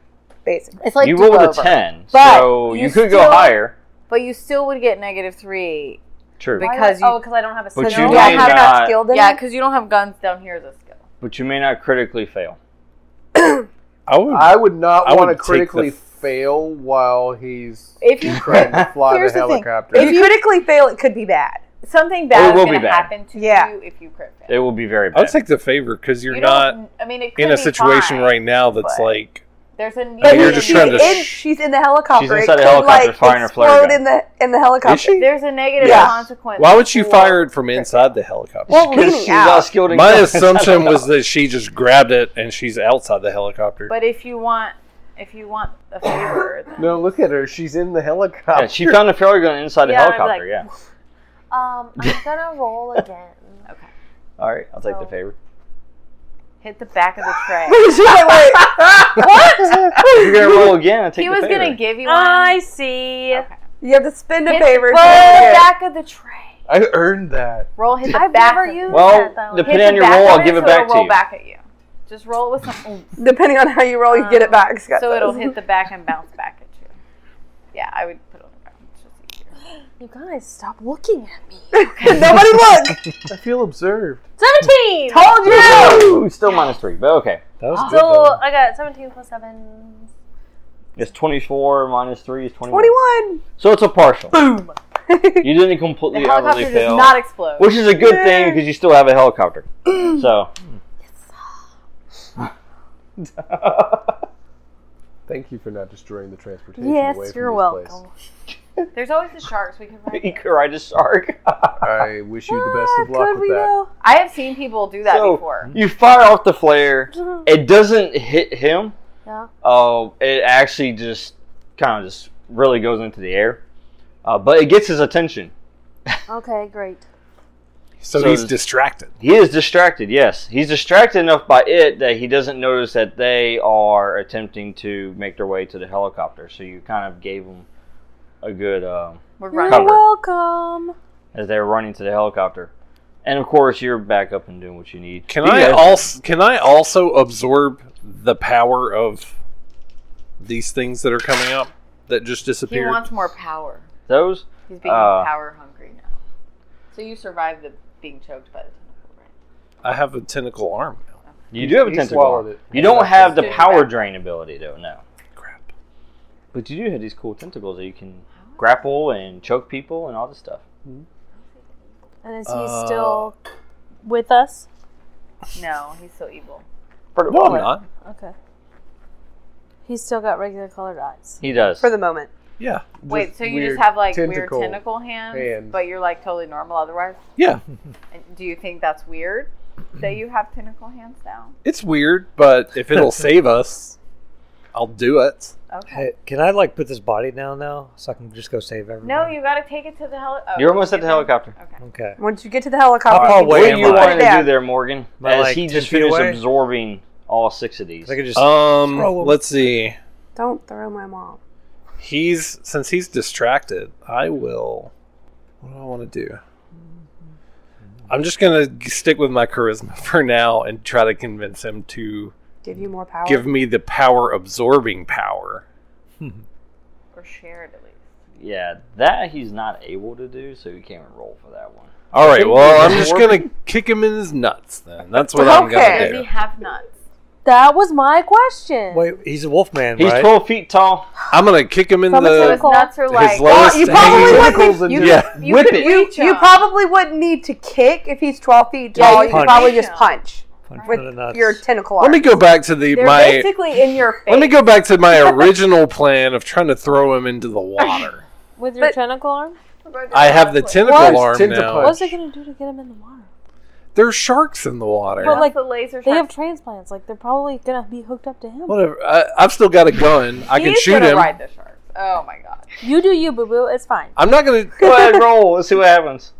S2: Basically,
S6: It's like
S1: you
S6: do
S1: rolled
S6: over.
S1: a 10,
S6: But
S1: so you,
S6: you
S1: could go
S6: still-
S1: higher.
S6: But you still would get negative three.
S1: True.
S6: Because
S5: Why would-
S6: you-
S5: oh, because I don't have a
S1: But
S5: skill.
S1: you
S2: Yeah,
S1: may
S2: have
S1: not,
S2: skilled in
S6: Yeah,
S2: it.
S6: because you don't have guns down here as a skill.
S1: but you may not critically fail.
S8: I would.
S3: I would not
S8: I
S3: want to
S8: would take the-
S3: critically fail while he's
S6: If you
S3: trying to fly
S6: Here's
S3: the
S6: the thing.
S3: helicopter.
S2: if you critically fail, it could be bad.
S6: something
S1: Oh, it
S6: bad
S1: will
S6: is
S1: be
S6: going to
S1: bad.
S6: happen to
S2: Yeah.
S6: you if you crit fail.
S1: It will be very
S8: I would
S1: bad.
S8: take the favor because you're
S6: You
S8: not
S6: don't- I mean, it could
S8: in a
S6: be
S8: situation
S6: fine.
S8: right now that's
S6: but-
S8: like
S6: There's a need.
S8: But you're
S2: when
S8: just
S2: she's
S8: trying to
S2: in,
S8: sh-
S2: she's in the helicopter.
S1: She's inside
S2: it
S1: the
S2: could,
S1: helicopter
S2: like,
S1: firing a flare
S2: explode
S1: gun.
S2: in the in the helicopter.
S8: Is she?
S6: There's a negative
S2: Yeah.
S6: consequence.
S8: Why would she
S6: for-
S8: fire it from inside the helicopter?
S2: Well,
S1: Because
S2: leaning
S1: she's
S2: out.
S1: not skilled in
S8: My
S1: guns. I don't
S8: assumption
S1: know.
S8: was that she just grabbed it and she's outside the helicopter.
S6: But if you want, if you want a favor, then
S3: no, look at her. She's in the helicopter.
S1: Yeah, she found a flare gun inside the
S5: Yeah, I'd be
S1: helicopter, yeah.
S5: like- Um, I'm gonna roll again.
S1: All right, I'll take the
S6: Oh.
S5: So-
S1: favor.
S6: hit the back of the tray.
S2: She's like, wait,
S1: If You're going to roll again, I'll take
S6: he
S1: the
S6: was
S1: favor.
S6: gonna give you one.
S5: I see.
S6: Okay.
S2: you have to spend a
S6: Uh, Hit
S2: favor.
S6: the
S2: to get it.
S6: back of the tray.
S3: I earned that.
S6: Roll hit the
S5: I've
S6: back.
S5: never
S6: of-
S5: used
S1: Well,
S5: that though.
S1: the-
S6: hit
S1: Depending on your
S6: back
S1: roll,
S6: of
S1: I'll
S6: it
S1: give it
S6: so
S1: back
S6: it'll
S1: to
S6: roll
S1: you.
S6: back at you. Just roll it with some. oomph.
S2: Depending on how you roll, you get it back. Scott
S6: so it'll
S2: says.
S6: hit the back and bounce back at you. Yeah, I would put it on the ground. It's just easier.
S5: You guys, stop looking at me.
S7: Nobody look. I feel observed.
S5: 17!
S1: Told you! Oh, Still minus three, but okay.
S4: That was good.
S5: Ah. So
S4: though.
S5: I got 17 plus 7.
S1: It's 24 minus 3 is 21.
S2: Twenty-one.
S1: So it's a partial. Boom! you didn't completely
S6: The
S1: utterly
S6: helicopter does
S1: fail.
S6: not explode.
S1: which is a good thing because you still have a helicopter. so.
S3: Thank you for not destroying the transportation. away
S5: Yes,
S3: from
S5: you're
S3: this
S5: welcome.
S6: There's always the sharks. We can find.
S1: You
S6: them.
S1: could ride a shark.
S3: Place. I wish you the best of luck
S5: Could
S3: with
S5: we
S3: that.
S5: go?
S6: I have seen people do that
S1: So-
S6: before.
S1: you fire off the flare. It doesn't hit him.
S5: Yeah.
S1: Uh, it actually just kind of just really goes into the air. Uh, but it gets his attention.
S5: Okay, great.
S8: So,
S1: So
S8: he's
S1: the-
S8: distracted.
S1: He is distracted, yes. He's distracted enough by it that he doesn't notice that they are attempting to make their way to the helicopter. So you kind of gave him a good, um,
S6: We're
S5: You're
S1: Cover.
S6: running.
S5: welcome.
S1: as they're running to the helicopter. And of course, you're back up and doing what you need.
S8: Can
S1: You
S8: I
S1: guys-
S8: also can I also absorb the power of these things that are coming up that just
S6: He
S8: disappeared?
S6: wants more power.
S1: Those?
S6: He's being
S1: Uh,
S6: power hungry now. So you survived the being choked by the tentacle, right?
S8: I have a tentacle arm now.
S1: You do have a
S3: He
S1: tentacle.
S3: swallowed it.
S1: You don't have the
S6: Just
S1: power
S6: back.
S1: drain ability, though, no.
S8: Crap.
S1: But you do have these cool tentacles that you can grapple and choke people and all this stuff.
S5: And is he
S8: Uh,
S5: still with us?
S6: No, he's so evil.
S8: No, I'm not.
S5: Okay. He's still got regular colored eyes.
S1: He does.
S2: For the moment.
S8: Yeah.
S6: Wait, so you
S3: weird
S6: just have like
S3: tentacle
S6: weird tentacle hands,
S3: hands.
S6: but you're like totally normal otherwise?
S8: Yeah.
S6: And do you think that's weird that you have tentacle hands now?
S8: It's weird, but if it'll save us, I'll do it.
S6: Okay.
S4: Hey, can I like put this body down now so I can just go save everyone?
S6: No, you gotta take it to the heli. Oh,
S1: You're almost at the helicopter.
S6: Okay.
S4: Okay.
S2: Once you get to the helicopter,
S4: How far
S2: you
S4: away
S2: can
S1: What
S4: am
S1: do you
S4: I?
S1: want to
S2: Yeah.
S1: do there, Morgan?
S4: Am I,
S1: as
S4: like,
S1: he
S4: 10
S1: just
S4: feet
S1: finished
S4: away?
S1: absorbing all six of these.
S4: I could just
S8: Um,
S4: Throw 'em.
S8: let's see.
S2: Don't throw my mom.
S8: He's since he's distracted. I will. What do I want to do? I'm just gonna g- stick with my charisma for now and try to convince him to
S2: Give you more power.
S8: give me the power absorbing power.
S6: Or shared at least.
S1: Yeah, that he's not able to do, so he can't even roll for that one.
S8: All right. Well, I'm just
S1: Absorbing?
S8: gonna kick him in his nuts. Then that's what I'm
S2: Okay.
S8: gonna
S6: Does he
S8: do.
S6: have nuts?
S5: That was my question.
S4: wait. He's a wolf man,
S1: He's
S4: right?
S1: 12 feet tall.
S8: I'm gonna kick him in
S5: From a
S6: So his
S8: the
S5: tentacle.
S6: nuts are like
S8: his lowest
S2: you
S8: hanging-
S2: probably wouldn't-
S3: Tentacles and
S2: you-
S3: just-
S8: Yeah.
S6: you
S1: Whip
S6: could
S1: it.
S2: You,
S6: reach
S2: you
S6: him.
S2: probably wouldn't need to kick if he's 12 feet
S4: Yeah,
S2: tall.
S4: you
S2: you could
S4: punch.
S2: probably just punch
S4: Punch
S2: with
S4: for the nuts.
S2: your tentacle
S8: Let me
S2: arm.
S8: go back to the
S6: They're
S8: my.
S6: basically in your face.
S8: Let me go back to my original plan of trying to throw him into the water.
S5: With your
S2: But-
S5: tentacle arm?
S8: I have the tentacle
S3: What?
S8: arm now.
S3: Tentacle.
S5: What's it gonna do to get him in the water?
S8: There's sharks in the water.
S5: But, like,
S6: the laser
S5: They have
S6: shark.
S5: transplants. Like they're probably gonna be hooked up to him.
S8: Whatever. I, I've still got a gun. I can
S6: He's
S8: shoot
S6: gonna
S8: him.
S6: ride the sharks. Oh my god.
S5: You do you, boo boo. It's fine.
S8: I'm not gonna.
S1: Go ahead, roll. Let's see what happens.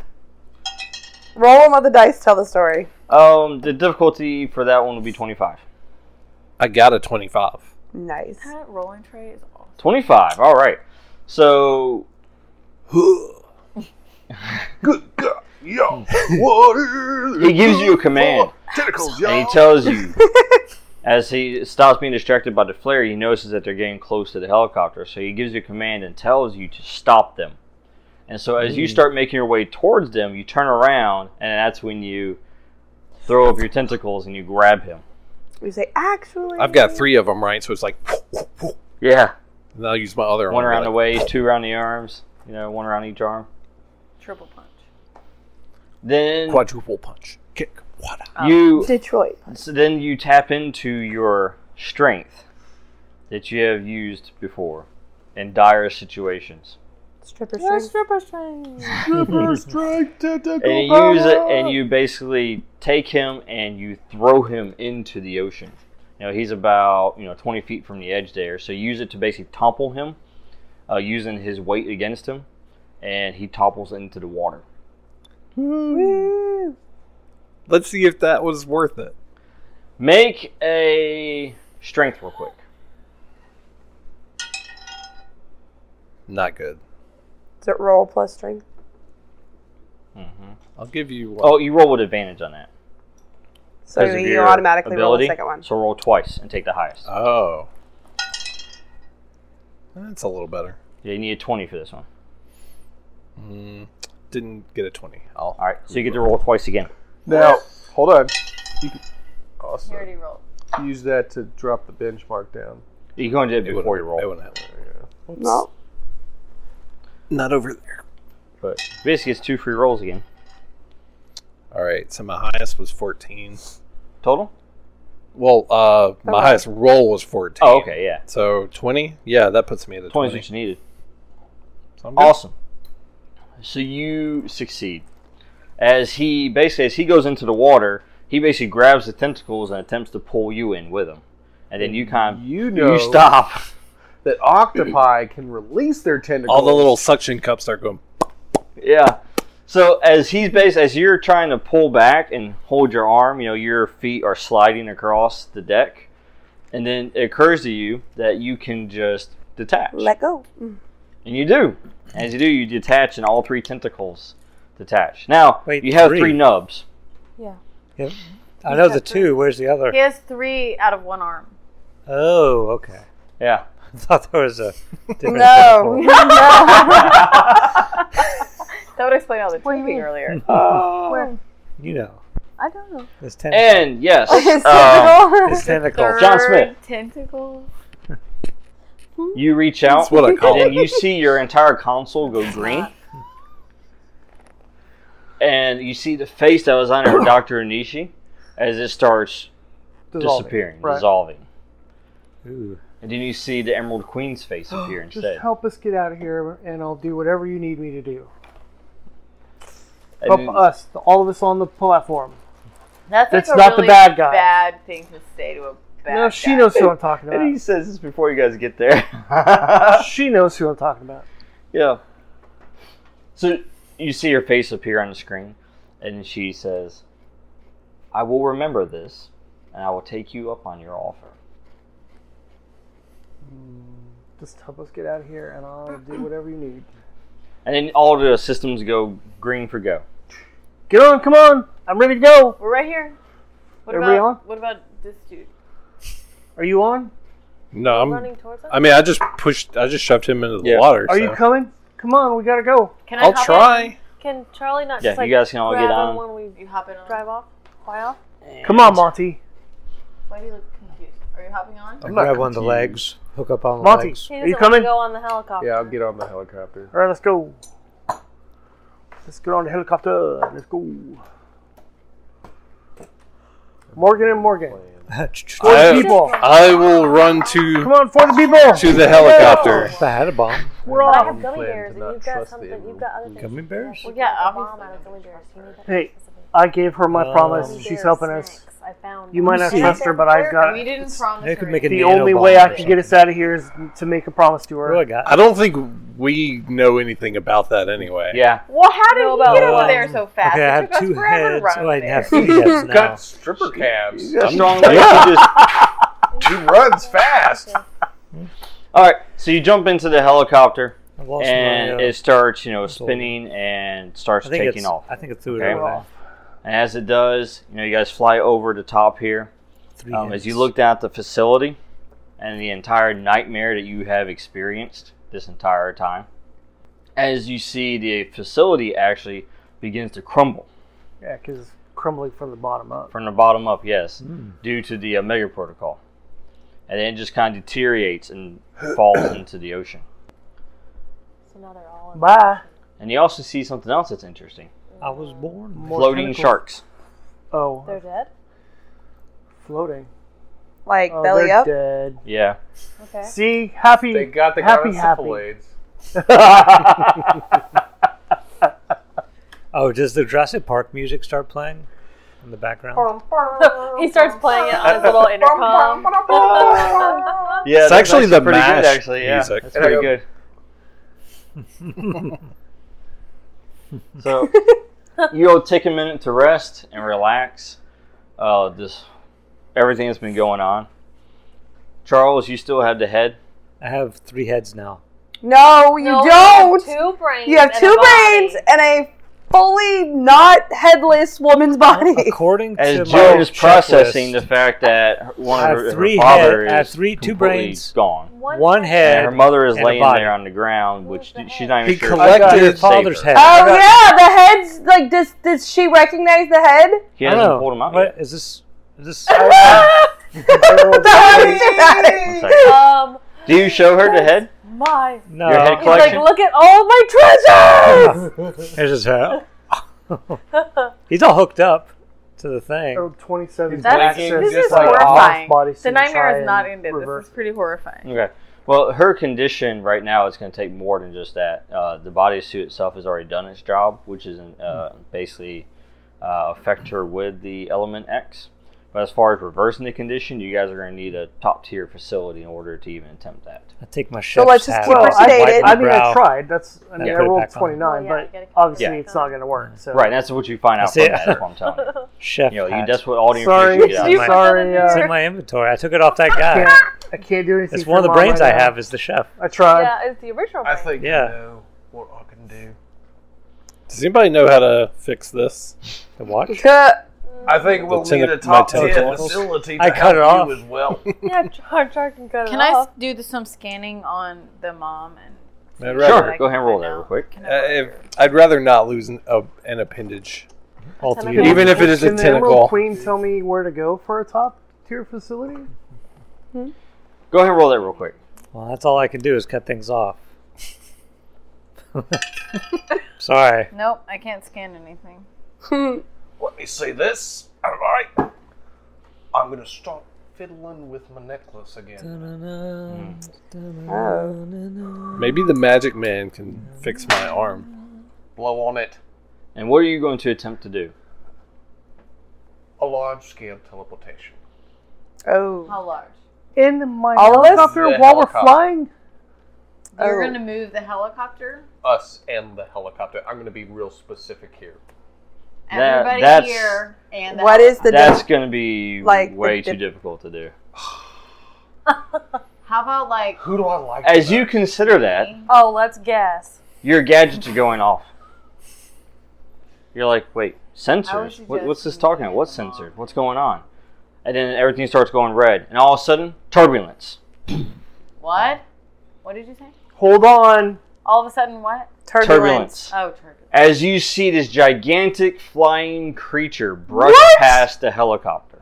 S2: Roll him on the dice, tell the story.
S1: Um, the difficulty for that one would be 25.
S8: I got a 25.
S2: Nice.
S6: That rolling tray is awesome.
S1: 25. All right. So
S3: Good God, yo, water.
S1: he gives you a command.
S3: Tentacles,
S1: And
S3: yo.
S1: he tells you, as he stops being distracted by the flare, he notices that they're getting close to the helicopter. So he gives you a command and tells you to stop them. And so as you start making your way towards them, you turn around, and that's when you throw up your tentacles and you grab him.
S2: You say, actually.
S8: I've got three of them, right? So it's like.
S1: Yeah.
S8: And I'll use my other
S1: One
S8: arm.
S1: around the
S8: Like,
S1: waist, two around the arms, you know, one around each arm.
S6: Triple punch.
S1: Then
S8: Quadruple punch. Kick. Wada.
S1: you
S2: Detroit.
S1: Um, so then you tap into your strength that you have used before in dire situations.
S2: Stripper
S5: You're a
S2: strings.
S5: stripper train.
S3: Strike tentacle
S1: and you use it
S3: power.
S1: and you basically take him and you throw him into the ocean you know he's about you know 20 feet from the edge there so you use it to basically topple him uh, using his weight against him and he topples into the water
S8: Let's see if that was worth it.
S1: make a strength real quick
S8: Not good.
S2: Is it roll plus strength?
S1: Mm-hmm.
S8: I'll give you one.
S1: oh you roll with advantage on that
S2: So
S1: 'cause of
S2: you
S1: your
S2: automatically roll the
S1: ability.
S2: second one.
S1: so roll twice and take the highest
S3: Uh,
S8: Oh. That's a little better.
S1: yeah, you need a 20 for this one
S8: Mm, didn't get a 20. I'll,
S1: All right, so you get to roll twice again.
S3: Now, hold on. You can
S6: He
S3: awesome.
S6: already rolled.
S3: use that to drop the benchmark down.
S1: You can do it
S8: it
S1: before you
S8: wouldn't- It
S1: roll.
S8: wouldn't happen.
S2: No.
S8: Not over there.
S1: But basically, it's two free rolls again.
S8: All right, so my highest was 14.
S1: Total?
S8: Well, uh, my highest roll was 14.
S1: Oh, okay, yeah.
S8: So 20? Yeah, that puts me at a
S1: 20
S8: 20.
S1: is what you needed.
S8: So I'm good.
S1: Awesome. So you succeed. As he basically, as he goes into the water, he basically grabs the tentacles and attempts to pull you in with him, and then you kind of
S3: You know
S1: you stop.
S3: that octopi can release their tentacles.
S8: All the little suction cups are going.
S1: Yeah. So as he's based, as you're trying to pull back and hold your arm, you know your feet are sliding across the deck, and then it occurs to you that you can just detach,
S2: Let go. Mm.
S1: and you do. As you do, you detach, and all three tentacles detach. Now
S4: Wait,
S1: you have
S4: three.
S1: three nubs.
S4: I know the two. Where's the other?
S5: He has three out of one arm.
S4: Oh, okay.
S1: Yeah.
S4: I thought there was a different
S2: No.
S4: tentacle.
S6: That would explain all the
S5: do you
S6: tipping
S5: mean?
S4: Hmm.
S6: earlier.
S2: Oh.
S4: You know,
S5: I don't know.
S4: this tentacle.
S1: And yes,
S2: His
S1: um,
S4: This tentacle.
S1: John Smith,
S6: Tentacles.
S1: you reach out,
S8: That's what I call
S1: and then
S8: it.
S1: you see your entire console go green. And you see the face that was on her, Dr. Anishi, as it starts
S7: Dissolving,
S1: disappearing,
S7: right.
S1: dissolving.
S4: Ooh.
S1: And then you see the Emerald Queen's face appear
S7: Just
S1: instead.
S7: help us get out of here, and I'll do whatever you need me to do.
S1: And
S7: Help
S1: then-
S7: us, all of us on the platform.
S6: That's,
S7: That's
S6: like a
S7: not the
S6: really
S7: bad guy.
S6: Bad thing to say to a bad.
S7: no, she
S6: guy.
S7: knows who I'm
S8: uh,
S7: talking
S1: and he
S7: about.
S1: says this before you guys get there.
S7: she knows who I'm talking about.
S1: yeah. So you see her face appear on the screen, and she says, I will remember this, and I will take you up on your offer.
S7: Just help us get out of here, and I'll do whatever you need.
S1: And then all the systems go green for go.
S7: Get on, come on! I'm ready to go.
S6: We're right here. What
S7: Are
S6: about
S7: we on?
S6: what about this dude
S7: Are you on?
S8: No, I'm.
S6: running towards us?
S8: I mean, I just pushed. I just shoved him into the
S1: Yeah.
S8: water.
S7: Are
S8: so.
S7: you coming? Come on, we gotta go.
S6: Can I
S8: I'll
S6: hop
S8: try.
S6: In? Can Charlie not
S1: Yeah,
S6: just like
S1: you guys can all
S6: grab
S1: get
S6: him
S1: on.
S6: when we You hop in on.
S5: Drive off. Fly off.
S7: Come on, Monty.
S6: Why do you look confused? Are you hopping on?
S4: I
S3: I'm not
S4: grab one of the
S3: confused.
S4: legs, hook up on the
S7: Monty.
S4: legs.
S5: He
S7: Are
S5: doesn't
S7: you
S5: want
S7: coming?
S5: to go on the helicopter.
S3: Yeah, I'll get on the helicopter.
S7: All right, let's go. Let's get on the helicopter. Let's go. Morgan and Morgan. For the
S8: I,
S7: people.
S8: I will run
S7: Come
S8: to
S7: on, for the people.
S8: to the helicopter.
S4: If I had a bomb,
S7: We're
S5: But I
S7: on.
S5: have gummy
S3: plan to
S5: bears,
S3: not
S5: and you've
S3: trust
S5: got
S3: the
S5: something.
S3: animal.
S5: You've got other things.
S4: gummy bears.
S6: Well, yeah,
S5: Bomb
S6: obviously.
S5: out of gummy bears. You need that
S7: Hey,
S5: specifically.
S7: I gave her my
S4: Um,
S2: Uh,
S7: promise.
S5: Gummy
S7: She's
S5: bear
S7: helping us.
S5: snacks, I found.
S7: You might not
S4: See.
S7: trust her, but I've got
S6: We
S7: it.
S6: didn't promise.
S4: They could
S6: her
S4: make a
S7: The
S6: anything.
S4: nano
S7: only
S4: bomb
S7: way
S4: or
S7: I can get
S4: something.
S7: us out of here is to make a promise to
S4: What do I
S7: her.
S8: I
S4: got?
S8: don't think we know anything about that anyway.
S1: Yeah.
S6: Well, how did
S5: No,
S6: you
S5: about
S6: get over
S4: one.
S6: there so fast?
S4: Okay,
S6: it
S4: I
S6: took
S4: have
S6: us
S4: two
S6: forever to
S4: heads.
S6: run
S4: Oh, I
S6: over
S4: have
S6: there.
S4: three heads now.
S3: stripper calves.
S1: Strong legs, you just-
S3: He runs fast.
S1: All right, so you jump into the helicopter
S4: I've lost
S1: and
S4: my, uh,
S1: it starts, you know,
S4: control.
S1: spinning and starts
S4: I think
S1: taking
S4: it's,
S1: off.
S4: I think it threw it
S1: Okay.
S4: over there.
S1: And as it does, you know, you guys fly over the top here.
S4: Three
S1: Um, as you
S4: heads.
S1: look down at the facility and the entire nightmare that you have experienced this entire time, as you see the facility actually begins to crumble
S7: Yeah, because crumbling from the bottom up.
S1: from the bottom up, yes,
S8: Hmm.
S1: due to the Omega Protocol. And then it just kind of deteriorates and falls into the ocean.
S5: So now they're all. in-
S7: Bye.
S1: And you also see something else that's interesting.
S4: I was born.
S7: More
S1: floating
S7: tentacles.
S1: sharks.
S7: Oh,
S5: They're dead.
S7: floating.
S2: Like
S7: Oh,
S2: belly
S7: they're
S2: up.
S7: dead.
S1: Yeah.
S5: Okay.
S7: See, happy.
S3: They got the
S7: happy, happy.
S3: gonosyphilids.
S4: Oh, does the Jurassic Park music start playing in the background?
S5: he starts playing it on his little intercom.
S1: Yeah,
S8: It's
S1: that's
S8: actually the
S1: pretty
S8: MASH
S1: good, actually. Yeah,
S8: music.
S1: that's pretty
S3: Yeah.
S1: good. so you'll take a minute to rest and relax. Uh, this everything that's been going on. Charles, you still have the head.
S4: I have three heads now.
S2: No, you
S5: No, I have
S2: don't.
S5: Two brains.
S2: You have
S5: and
S2: two
S5: a body.
S2: brains and a fully not headless woman's body.
S4: According
S1: As
S4: to
S1: Jill
S4: my
S1: is processing
S4: checklist,
S1: the fact that one
S4: I
S1: of
S4: have
S1: her,
S4: three
S1: her father
S4: head- I have
S1: is
S4: three- two
S1: completely
S4: brains.
S1: gone,
S4: one
S1: and her
S4: head.
S1: mother is
S4: and a
S1: laying
S4: body.
S1: there on the ground, which
S5: Where's the
S1: she's not even
S8: He
S1: sure.
S8: collected
S1: if
S8: her
S1: it's safe
S4: father's
S1: or-
S4: head.
S2: Oh
S4: I got-
S2: yeah, the head's like does does she recognize the head?
S1: He
S4: I don't
S1: hasn't
S4: know.
S1: pulled him out
S4: What-
S1: yet.
S4: Is this? Is this?
S2: That was dramatic.
S1: One second.
S5: Um,
S1: Do you show her the head?
S5: my.
S4: no.
S1: Your head
S5: He's like,
S1: Collection.
S5: look at all my treasures.
S4: There's his head. He's all hooked up to the thing.
S7: Oh, 27
S6: That's-
S7: Black
S6: this
S7: Says
S6: is
S7: like,
S6: horrifying.
S7: off-body
S6: The
S7: suit, try
S6: nightmare is
S7: and
S6: not ended.
S7: reverse.
S6: This is pretty horrifying.
S1: Okay. Well, her condition right now is going to take more than just that. Uh, the bodysuit itself has already done its job, which is uh, basically uh, affect her with the element X. But as far as reversing the condition, you guys are going to need a top tier facility in order to even attempt that.
S4: I take my chef's
S2: So let's just
S4: hat
S2: keep
S4: off,
S2: her
S4: wipe my
S2: sedated.
S7: Oh, I mean, I
S4: brow.
S7: tried. That's. I mean,
S4: Yeah.
S7: I
S4: Put it
S7: rolled
S4: back on.
S5: Well, yeah,
S7: 29,
S5: you gotta
S7: but
S5: keep it
S7: obviously
S1: back
S7: it's
S5: on.
S7: not going to work. So.
S1: Right, that's what you find
S4: I
S1: out
S4: see
S1: from
S4: it.
S1: that. That's what I'm telling you.
S4: Chef
S1: You know, you,
S4: hat.
S1: that's what all the
S7: Sorry,
S1: information you got.
S4: you-
S1: Like,
S7: sorry.
S4: It's in
S7: Uh,
S4: my inventory. I took it off that guy.
S7: can't, I can't do anything.
S4: That's
S7: for
S4: one of the
S7: your mom
S4: brains I
S7: right now.
S4: have is the chef.
S7: I tried.
S5: yeah, it's the original.
S3: I
S5: brain.
S3: think
S4: Yeah.
S3: I know what I can do.
S8: Does anybody know how to fix this?
S4: The watch.
S2: Good.
S3: I think we'll
S8: That's in
S3: need
S8: the-
S3: a top
S8: my
S3: tier
S8: tentacles.
S3: facility to
S4: I
S3: help
S4: cut it off.
S3: you as well.
S5: Yeah, Char Char can cut
S6: Can
S5: it
S6: I s-
S5: off.
S6: do the, some scanning on the mom and?
S8: I'd
S1: Sure,
S8: rather,
S1: go ahead and roll that real quick.
S6: Can
S8: uh,
S6: I-
S8: if, I'd rather not lose an, a, an appendage.
S4: All
S5: Can I
S4: three.
S5: go?
S4: of
S8: Even
S4: them.
S8: if it is a
S7: Can the Emerald
S8: tentacle.
S7: Queen tell me where to go for a top tier facility?
S1: Go ahead and roll that real quick.
S4: Well, that's all I can do is cut things off. Sorry.
S6: Nope, I can't scan anything.
S3: Let me see this. All right. I'm going to start fiddling with my necklace again.
S8: Maybe the magic man can fix my arm.
S3: Blow on it.
S1: And what are you going to attempt to do?
S3: A large scale teleportation.
S2: Oh.
S6: How large?
S7: In my
S2: All of us?
S7: helicopter
S3: The
S7: while we're
S3: helicopter.
S7: flying?
S6: You're
S2: Oh.
S6: gonna move the helicopter.
S3: Us and the helicopter. I'm going to be real specific here.
S1: That-
S6: Everybody
S1: that's-
S6: here and the
S2: What is the
S1: That's going to be
S2: like, the
S1: way too
S2: dif-
S1: difficult to do.
S6: How about like
S3: Who do I like?
S1: As
S3: the
S1: you
S3: most?
S1: consider that,
S5: Oh, let's guess.
S1: your gadgets are going off. You're like, wait,
S6: I would
S1: sensors?
S6: suggest
S1: What, what's this
S6: you
S1: talking about?
S6: leave
S1: What's
S6: them on.
S1: censored? What's going on? And then everything starts going red, and all of a sudden, turbulence.
S6: what? What did you say?
S7: Hold on.
S6: All of a sudden, what?
S2: turbulence.
S1: Turbulence.
S6: Oh, turbulence.
S1: As you see this gigantic flying creature brush past the helicopter.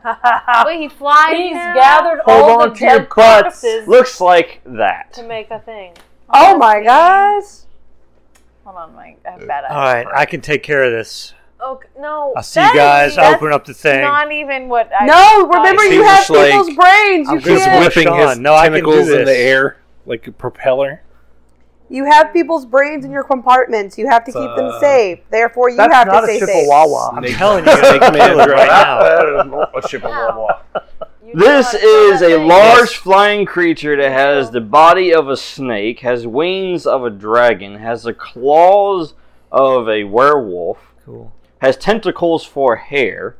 S6: Wait, he flies.
S5: He's
S6: now?
S5: gathered
S7: Hold
S5: all
S7: on
S5: the
S7: to your
S5: dead
S7: butts.
S5: corpses
S1: Looks like that.
S5: to make a thing.
S2: Oh my gosh.
S6: Hold on, Mike. I have bad eyes.
S4: All right, I can take care of this.
S5: Okay, no.
S4: I'll see you guys.
S5: That's
S4: I'll open up the thing.
S6: Not even what I.
S2: No, remember
S8: It
S2: you
S8: seems
S2: have
S8: just like-
S2: people's brains. You
S4: I'm just
S2: can't.
S4: whip- Sean, no, I can do
S8: tentacles in the
S4: this.
S8: air like a propeller.
S2: You have people's brains in your compartments. You have to keep them safe. Therefore, you
S7: That's
S2: have
S7: not
S2: to
S7: a
S2: stay safe.
S7: Chihuahua.
S4: I'm telling you, I can feel it right now.
S3: a Chihuahua.
S5: You
S1: This
S5: know how to
S1: is
S5: do
S1: a
S5: that
S1: large flying creature that has the body of a snake, has wings of a dragon, has the claws of a werewolf,
S4: Cool.
S1: has tentacles for hair,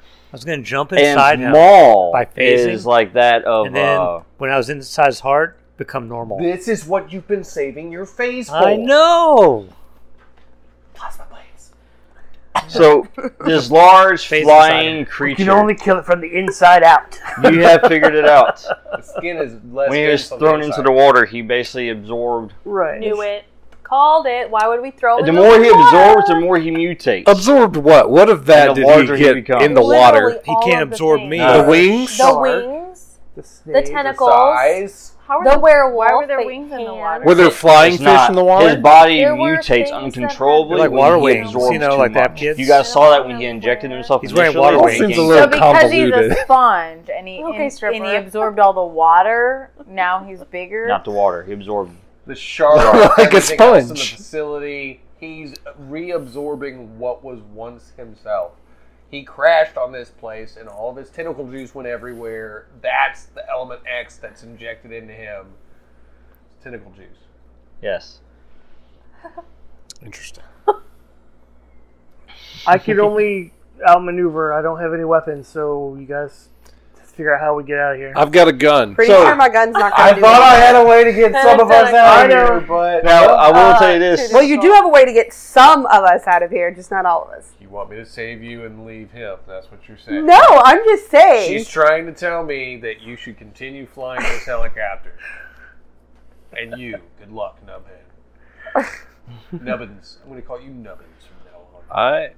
S4: I was gonna jump inside
S1: and
S4: him,
S1: maul
S4: by phasing.
S1: is like that of
S4: and then
S1: uh,
S4: when I was inside his heart, become normal.
S3: This is what you've been saving your face for.
S4: I know.
S3: Plasma blades.
S1: so this large
S4: Phase
S1: flying
S7: You
S1: creature.
S7: can only kill it from the inside out.
S1: you have figured it out.
S3: The skin is less.
S1: When he
S3: dense
S1: was
S3: on
S1: thrown into
S3: inside.
S1: the water, he basically absorbed.
S7: Right.
S5: Knew it. Called it. Why would we throw it?
S1: The
S5: in
S1: more he
S5: Oh, water?
S1: absorbs, the more he mutates.
S8: Absorbed what? What of that
S1: And the
S8: did
S1: larger
S8: he
S1: he
S8: get
S1: becomes.
S8: in the
S5: Literally
S8: water?
S4: He
S5: all
S4: can't
S5: of the
S4: absorb
S5: things.
S4: me.
S1: Uh,
S8: the wings?
S5: The
S7: Shark.
S5: wings.
S7: The, snake.
S5: tentacle-
S3: Size.
S5: How are
S2: The
S5: the werewolf?
S6: Why were their
S5: they
S6: wings in the
S5: can-
S6: water?
S8: Were there flying
S1: It's
S8: fish
S1: not-
S8: in the water?
S1: His body
S5: There were
S1: mutates
S5: things that
S1: uncontrollably.
S4: happened- Like
S1: when
S4: water
S1: he
S4: wings,
S1: absorbs
S4: you know,
S1: too
S4: like they have
S1: much.
S4: kids.
S1: You guys saw that when he injected himself.
S4: He's wearing
S1: initially,
S4: water
S1: when he
S4: wings.
S1: gained-
S8: Seems a
S6: So
S8: little
S6: because he's
S8: convoluted.
S6: a sponge and he
S5: Okay,
S6: and, and he
S5: stripper.
S6: absorbed all the water, now he's bigger.
S1: Not the water. He absorbed.
S3: The shark.
S8: Like
S3: everything
S8: a
S3: else In the
S8: sponge.
S3: facility, he's reabsorbing what was once himself. He crashed on this place, and all of his tentacle juice went everywhere. That's the element X that's injected into him. Tentacle juice.
S1: Yes.
S8: Interesting.
S7: I could only outmaneuver. I don't have any weapons, so you guys figure out how we get out of here.
S8: I've got a gun.
S2: Pretty
S1: So-
S2: sure my gun's not going
S3: I
S2: to do
S3: thought I
S2: anything.
S3: had a way to get some of us
S7: I
S3: out of
S7: know.
S3: here, but
S1: Now I will
S5: Uh,
S1: tell you this.
S2: Well, you do have a way to get some of us out of here, just not all of us.
S3: you want me to save you and leave him? That's what you're saying.
S2: No, I'm just saying.
S3: She's trying to tell me that you should continue flying this helicopter. And you, good luck, Nubhead. Nubbins. I'm going to call you Nubbins from now on.
S8: I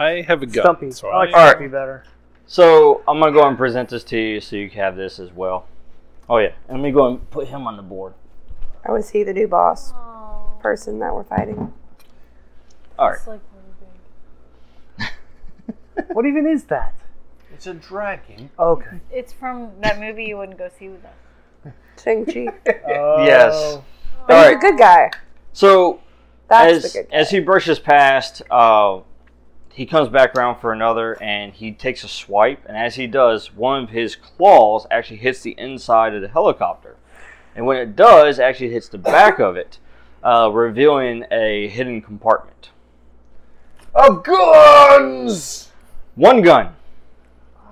S8: I have a gun.
S7: Stumpy.
S8: so
S7: I like
S1: All right.
S7: Stumpy better.
S1: So I'm gonna go and present this to you, so you can have this as well. Oh yeah, let me go and put him on the board.
S2: I was he the new boss
S5: Oh,
S2: person that we're fighting.
S1: All right.
S5: It's like really big.
S7: What even is that?
S3: It's a dragon.
S7: Okay.
S6: It's from that movie you wouldn't go see with us.
S2: Shang Chi.
S7: Oh.
S5: Oh.
S1: Yes.
S2: But
S1: All
S2: he's
S1: right.
S2: a good guy.
S1: So
S2: That's
S1: as
S2: the good guy.
S1: as he brushes past, uh, he comes back around for another, and he takes a swipe. And as he does, one of his claws actually hits the inside of the helicopter, and when it does, actually hits the back of it, uh, revealing a hidden compartment.
S3: Of guns!
S1: One gun,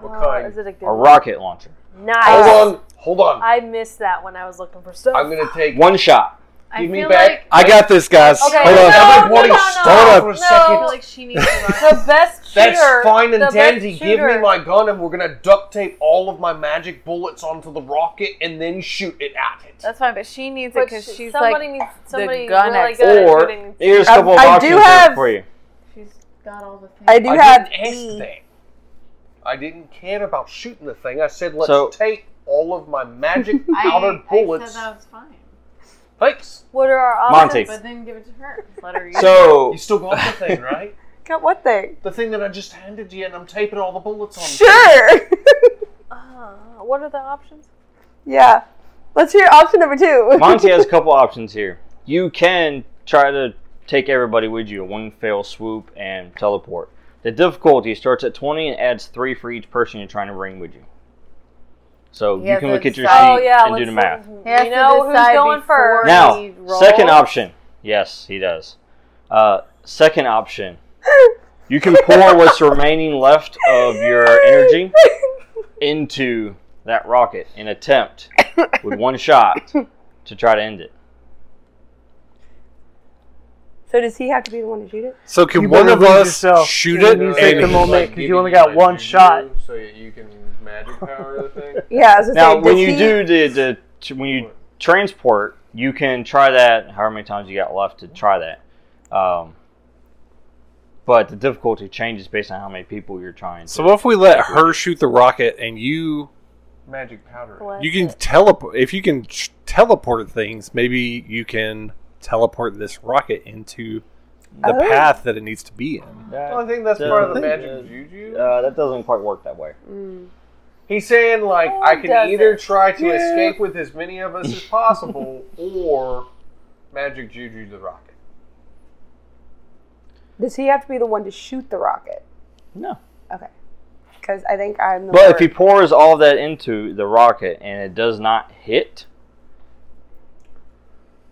S3: What
S5: Oh,
S3: kind?
S5: Is it a good
S1: a rocket launcher,
S5: Nice.
S3: Hold on. Hold on.
S5: I missed that when I was looking for stuff.
S3: I'm going to take.
S1: one shot.
S3: Give
S6: I
S3: me
S6: feel
S3: back.
S8: I got this, guys.
S5: Okay,
S8: Hold
S5: no,
S8: on.
S3: Somebody
S5: no,
S3: wanted
S5: no,
S3: to
S5: no,
S8: start
S5: no,
S8: up.
S3: for a
S6: like I feel
S5: no.
S6: like she needs to run.
S5: The best shooter.
S3: That's fine and
S5: the
S3: dandy.
S5: best
S3: Give me
S5: shooter.
S3: my gun and we're going to duct tape all of my magic bullets onto the rocket and then shoot it at it.
S6: That's fine, but she needs it
S5: But
S6: because
S5: she-
S6: she's
S5: somebody
S6: like
S5: needs somebody
S6: gun
S5: really
S6: expert.
S5: good
S1: Or
S5: at shooting.
S1: here's a couple of
S2: I do
S1: options here
S2: have-
S1: for you.
S6: she's got all the things.
S2: I do
S3: I
S2: have
S3: didn't ask
S2: E.
S3: that. I didn't care about shooting the thing. I said, let's
S1: So-
S3: take all of my magic
S6: I,
S3: powder
S6: I
S3: bullets.
S6: said that was fine,
S3: Thanks.
S5: What are our options?
S1: Monty.
S6: but then give it to her. Let her use it.
S1: So
S3: You still got the thing, right?
S2: Got what thing?
S3: The thing that I just handed you, and I'm taping all the bullets on.
S2: Sure.
S5: Uh, what are the options?
S2: yeah. Let's hear option number two.
S1: Monty has a couple options here. You can try to take everybody with you in one fail swoop and teleport. The difficulty starts at 20 and adds 3 for each person you're trying to bring with you. So
S6: He
S1: you
S6: has
S1: can
S6: to
S1: look at your sheet
S6: decide-
S5: Oh yeah,
S1: and
S5: let's
S1: do the math.
S5: We
S6: He has to
S5: know who's
S6: decide
S5: going
S6: before-
S5: first.
S1: Now,
S6: he roll?
S1: second option. Yes, he does. Uh, second option. You can pour what's remaining left of your energy into that rocket and attempt with one shot to try to end it.
S2: so does he have to be the one to shoot it?
S8: So can
S7: You
S8: one
S7: better
S8: of
S7: lose
S8: us
S7: yourself.
S8: shoot
S7: You
S8: it?
S7: need
S8: And
S7: to take the
S8: he-
S7: moment. like, 'cause you only got one shot.
S3: So you can magic power the thing.
S2: Yeah, I was gonna
S1: Now,
S2: say,
S1: when
S2: does
S1: you
S2: he-
S1: do the, the t- when you transport, you can try that however many times you got left to try that. Um, but the difficulty changes based on how many people you're trying. To.
S8: So what if we let her shoot the rocket and you
S3: Magic powder.
S5: Bless
S8: you can
S5: it.
S8: teleport if you can sh- teleport things, maybe you can teleport this rocket into the
S2: Oh.
S8: path that it needs to be in.
S3: Well, I think that's
S1: Yeah.
S3: part of the
S1: Yeah.
S3: magic juju.
S1: uh, that doesn't quite work that way.
S3: He's saying like I
S5: does
S3: can either
S5: it?
S3: try to escape with as many of us as possible, or magic juju the rocket.
S2: Does he have to be the one to shoot the rocket?
S1: No.
S2: Okay. Because I think I'm the.
S1: But if he
S2: you
S1: pours all that into the rocket and it does not hit,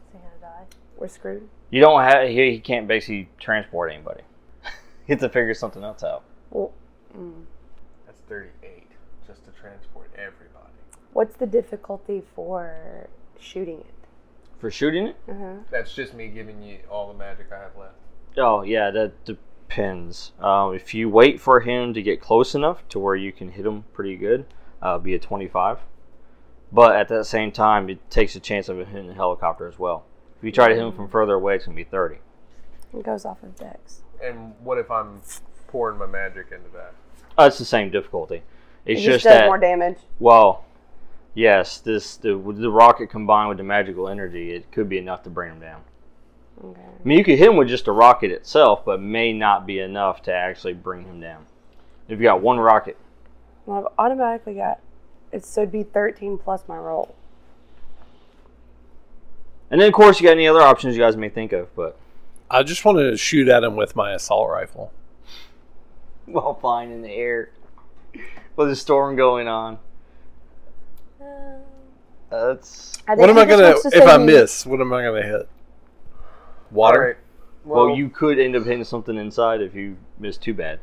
S5: Is he gonna die?
S2: we're screwed.
S1: you don't have he, he can't basically transport anybody. you have to figure something else out.
S2: Well, mm.
S3: That's thirty-eight just to transport everybody.
S2: What's the difficulty for shooting it?
S1: For shooting it?
S2: Uh-huh.
S3: That's just me giving you all the magic I have left.
S1: Oh yeah, that depends. Um, if you wait for him to get close enough to where you can hit him pretty good, uh, it'll be a twenty-five. But at that same time, it takes a chance of hitting the helicopter as well. If you try to hit him
S2: Mm.
S1: from further away, it's gonna be thirty.
S2: It goes off of Dex.
S3: And what if I'm pouring my magic into that?
S1: Uh, it's the same difficulty. It's
S2: It
S1: just
S2: does
S1: that
S2: more damage.
S1: well, yes, this the with the rocket combined with the magical energy, it could be enough to bring him down.
S2: Okay.
S1: I mean, you could hit him with just the rocket itself, but may not be enough to actually bring him down. If you got one rocket.
S2: Well, I've automatically got. It's so it'd be 13 plus my roll.
S1: And then, of course, you got any other options you guys may think of, but.
S8: I just want to shoot at him with my assault rifle.
S1: While flying in the air. With a storm going on. That's.
S2: I think
S8: What am
S2: he
S8: I
S2: just
S8: gonna
S2: wants to
S8: if
S2: say
S8: I
S2: he-
S8: miss? What am I gonna hit? Water.
S3: All right.
S1: Well, you could end up hitting something inside if you miss too bad.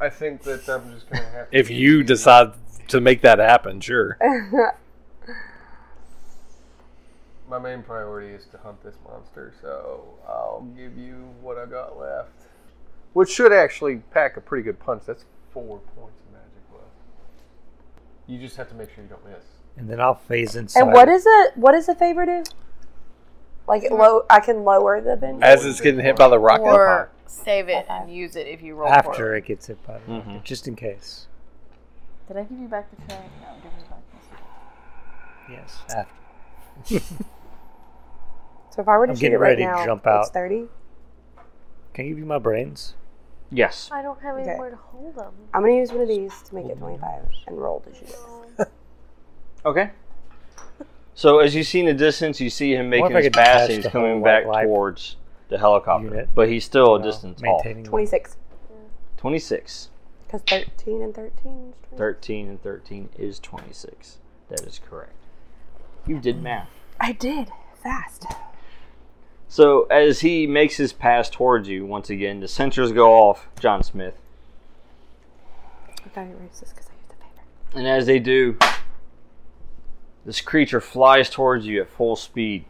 S3: I think that I'm just gonna have. to
S8: If
S3: use
S8: you
S3: the-
S8: decide to make that happen. Sure.
S3: My main priority is to hunt this monster, so I'll give you what I got left. Mm. Which should actually pack a pretty good punch. That's four points of magic left. You just have to make sure you don't miss.
S4: and then I'll phase inside.
S2: And what is it? What does the favor do? Like it low, I can lower the bench.
S8: As it's getting hit by the rocket.
S6: Or save it and use it if you roll
S4: after
S6: For it.
S4: it gets hit by the rocket, just in case?
S6: Did I give you back the tray? No, I give you back this.
S4: Yes, after.
S2: So if I were to
S4: I'm
S2: shoot
S4: getting
S2: it right
S4: ready to
S2: now,
S4: jump
S2: it's
S4: out.
S2: thirty.
S4: Can I give you my brains?
S1: Yes.
S5: I don't have
S2: Okay.
S5: anywhere to hold them.
S2: I'm gonna use one of these to make it twenty-five and roll to shoot it.
S1: Okay. So as you see in the distance, you see him
S4: if
S1: making
S4: I
S1: his
S4: could detach
S1: pass and he's
S4: the
S1: coming
S4: whole
S1: back
S4: light
S1: towards the helicopter,
S4: unit?
S1: but he's still a
S4: No,
S1: distance off.
S4: maintaining them.
S2: Twenty-six,
S1: 26.
S2: because thirteen and thirteen. Is 20.
S1: 13 and 13 is 26. That is correct. You did math.
S2: I did fast.
S1: So as he makes his pass towards you, once again, the sensors go off, John Smith.
S2: I thought you erased this because I used the favor.
S1: And as they do, this creature flies towards you at full speed.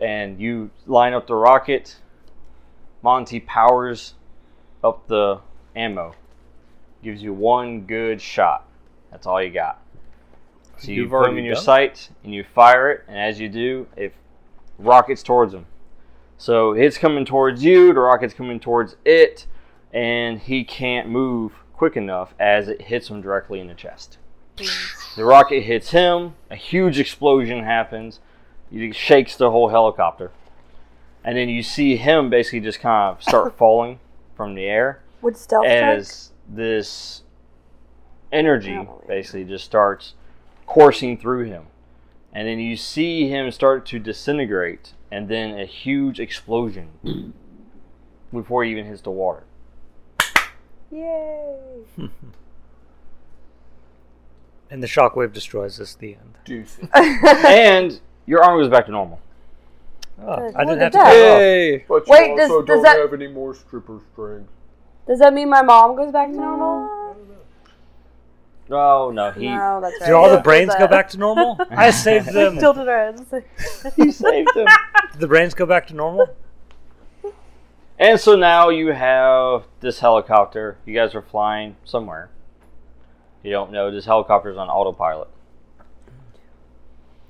S1: And you line up the rocket. Monty powers up the ammo. Gives you one good shot. That's all you got. So you
S8: You've
S1: put him
S8: already
S1: in your
S8: done it.
S1: sight and you fire it. And as you do, it rockets towards him. So it's coming towards you, the rocket's coming towards it, and he can't move quick enough as it hits him directly in the chest. The rocket hits him, a huge explosion happens, it shakes the whole helicopter. And then you see him basically just kind of start falling from the air
S2: Would stealth check?
S1: as this energy
S2: I don't believe
S1: basically just starts coursing through him. And then you see him start to disintegrate, and then a huge explosion before he even hits the water.
S2: Yay!
S4: And the shockwave destroys us. The end.
S3: Deuces.
S1: and your arm goes back to normal.
S4: Oh,
S2: Good.
S4: I
S2: Look
S4: didn't
S2: at
S4: have to
S2: that.
S4: cut it off.
S8: Yay!
S3: But
S2: Wait, does- does that-
S3: any more stripper strings.
S2: Does that mean my mom goes back to normal?
S1: Oh no, he
S2: No, that's right.
S4: Do all the
S5: Yeah,
S4: brains go
S5: that.
S4: back to normal? I saved them.
S5: Tilted our heads.
S1: he saved him.
S4: Did the brains go back to normal?
S1: And so now you have this helicopter. You guys are flying somewhere. You don't know. This helicopter's on autopilot.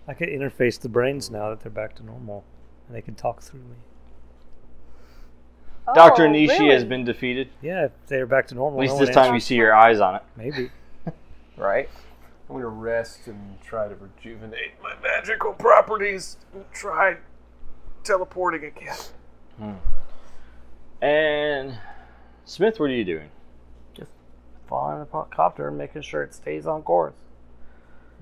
S4: I could interface the brains now that they're back to normal, and they can talk through me.
S1: Dr.
S5: Oh,
S1: Nishi has
S5: really?
S1: been defeated.
S4: Yeah, if they're back to normal.
S1: At least
S4: no
S1: this
S4: one
S1: time you
S4: answers-
S1: see your eyes on it.
S4: Maybe.
S1: Right?
S3: I'm gonna rest and try to rejuvenate my magical properties and try teleporting again.
S1: And Smith, what are you doing?
S7: Following the po- copter and making sure it stays on course.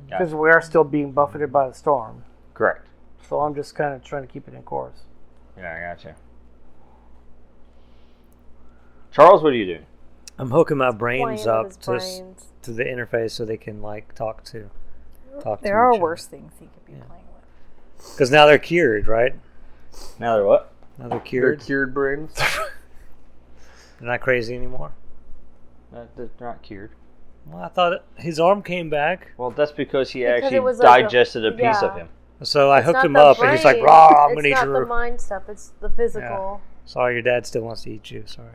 S7: Because we are still being buffeted by the storm.
S1: Correct.
S7: So I'm just kind of trying to keep it in course.
S1: Yeah, I gotcha. Charles, what are you doing?
S4: I'm hooking my
S5: Playing
S4: brains
S5: with
S4: up
S5: his
S4: to, s-
S5: brains.
S4: to the interface so they can like talk to talk
S6: There are worse things he could be playing with.
S4: because now they're cured, right?
S1: Now they're what?
S4: Now they're
S3: They're
S4: cured.
S3: cured brains.
S4: They're not crazy anymore.
S1: they're not cured.
S4: Well, I thought it- his arm came back,
S1: Well, that's because he
S5: Because it
S1: actually
S5: was a-
S1: digested a, piece
S5: yeah.
S1: of him.
S4: so I
S5: It's
S4: hooked
S5: not
S4: him
S5: the
S4: up, and he's like,
S5: brain.
S4: "Raw, I'm gonna
S5: It's
S4: eat
S5: not the
S4: your."
S5: mind stuff. It's the physical.
S4: Sorry, your dad still wants to eat you. Sorry.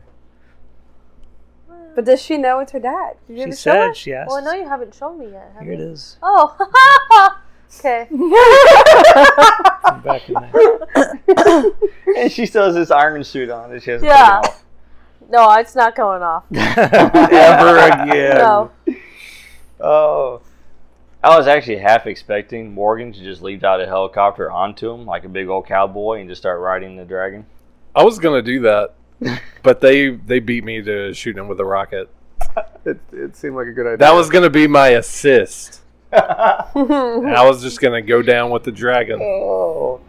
S2: But does she know it's her dad? Did you
S4: She
S2: ever show her?
S4: said she asked.
S5: Well, I know you haven't shown me yet. Have
S4: Here it
S5: you?
S4: is.
S5: Oh, okay.
S4: I'm back in there.
S1: And she still has this iron suit on that she has
S5: Yeah. No, it's not going off.
S8: Ever again.
S5: No.
S1: Oh. I was actually half expecting Morgan to just leap out of a helicopter onto him like a big old cowboy and just start riding the dragon.
S8: I was gonna do that, but they they beat me to shooting him with a rocket.
S3: It, it seemed like a good idea.
S8: That was gonna be my assist. And I was just gonna go down with the dragon.
S1: Oh.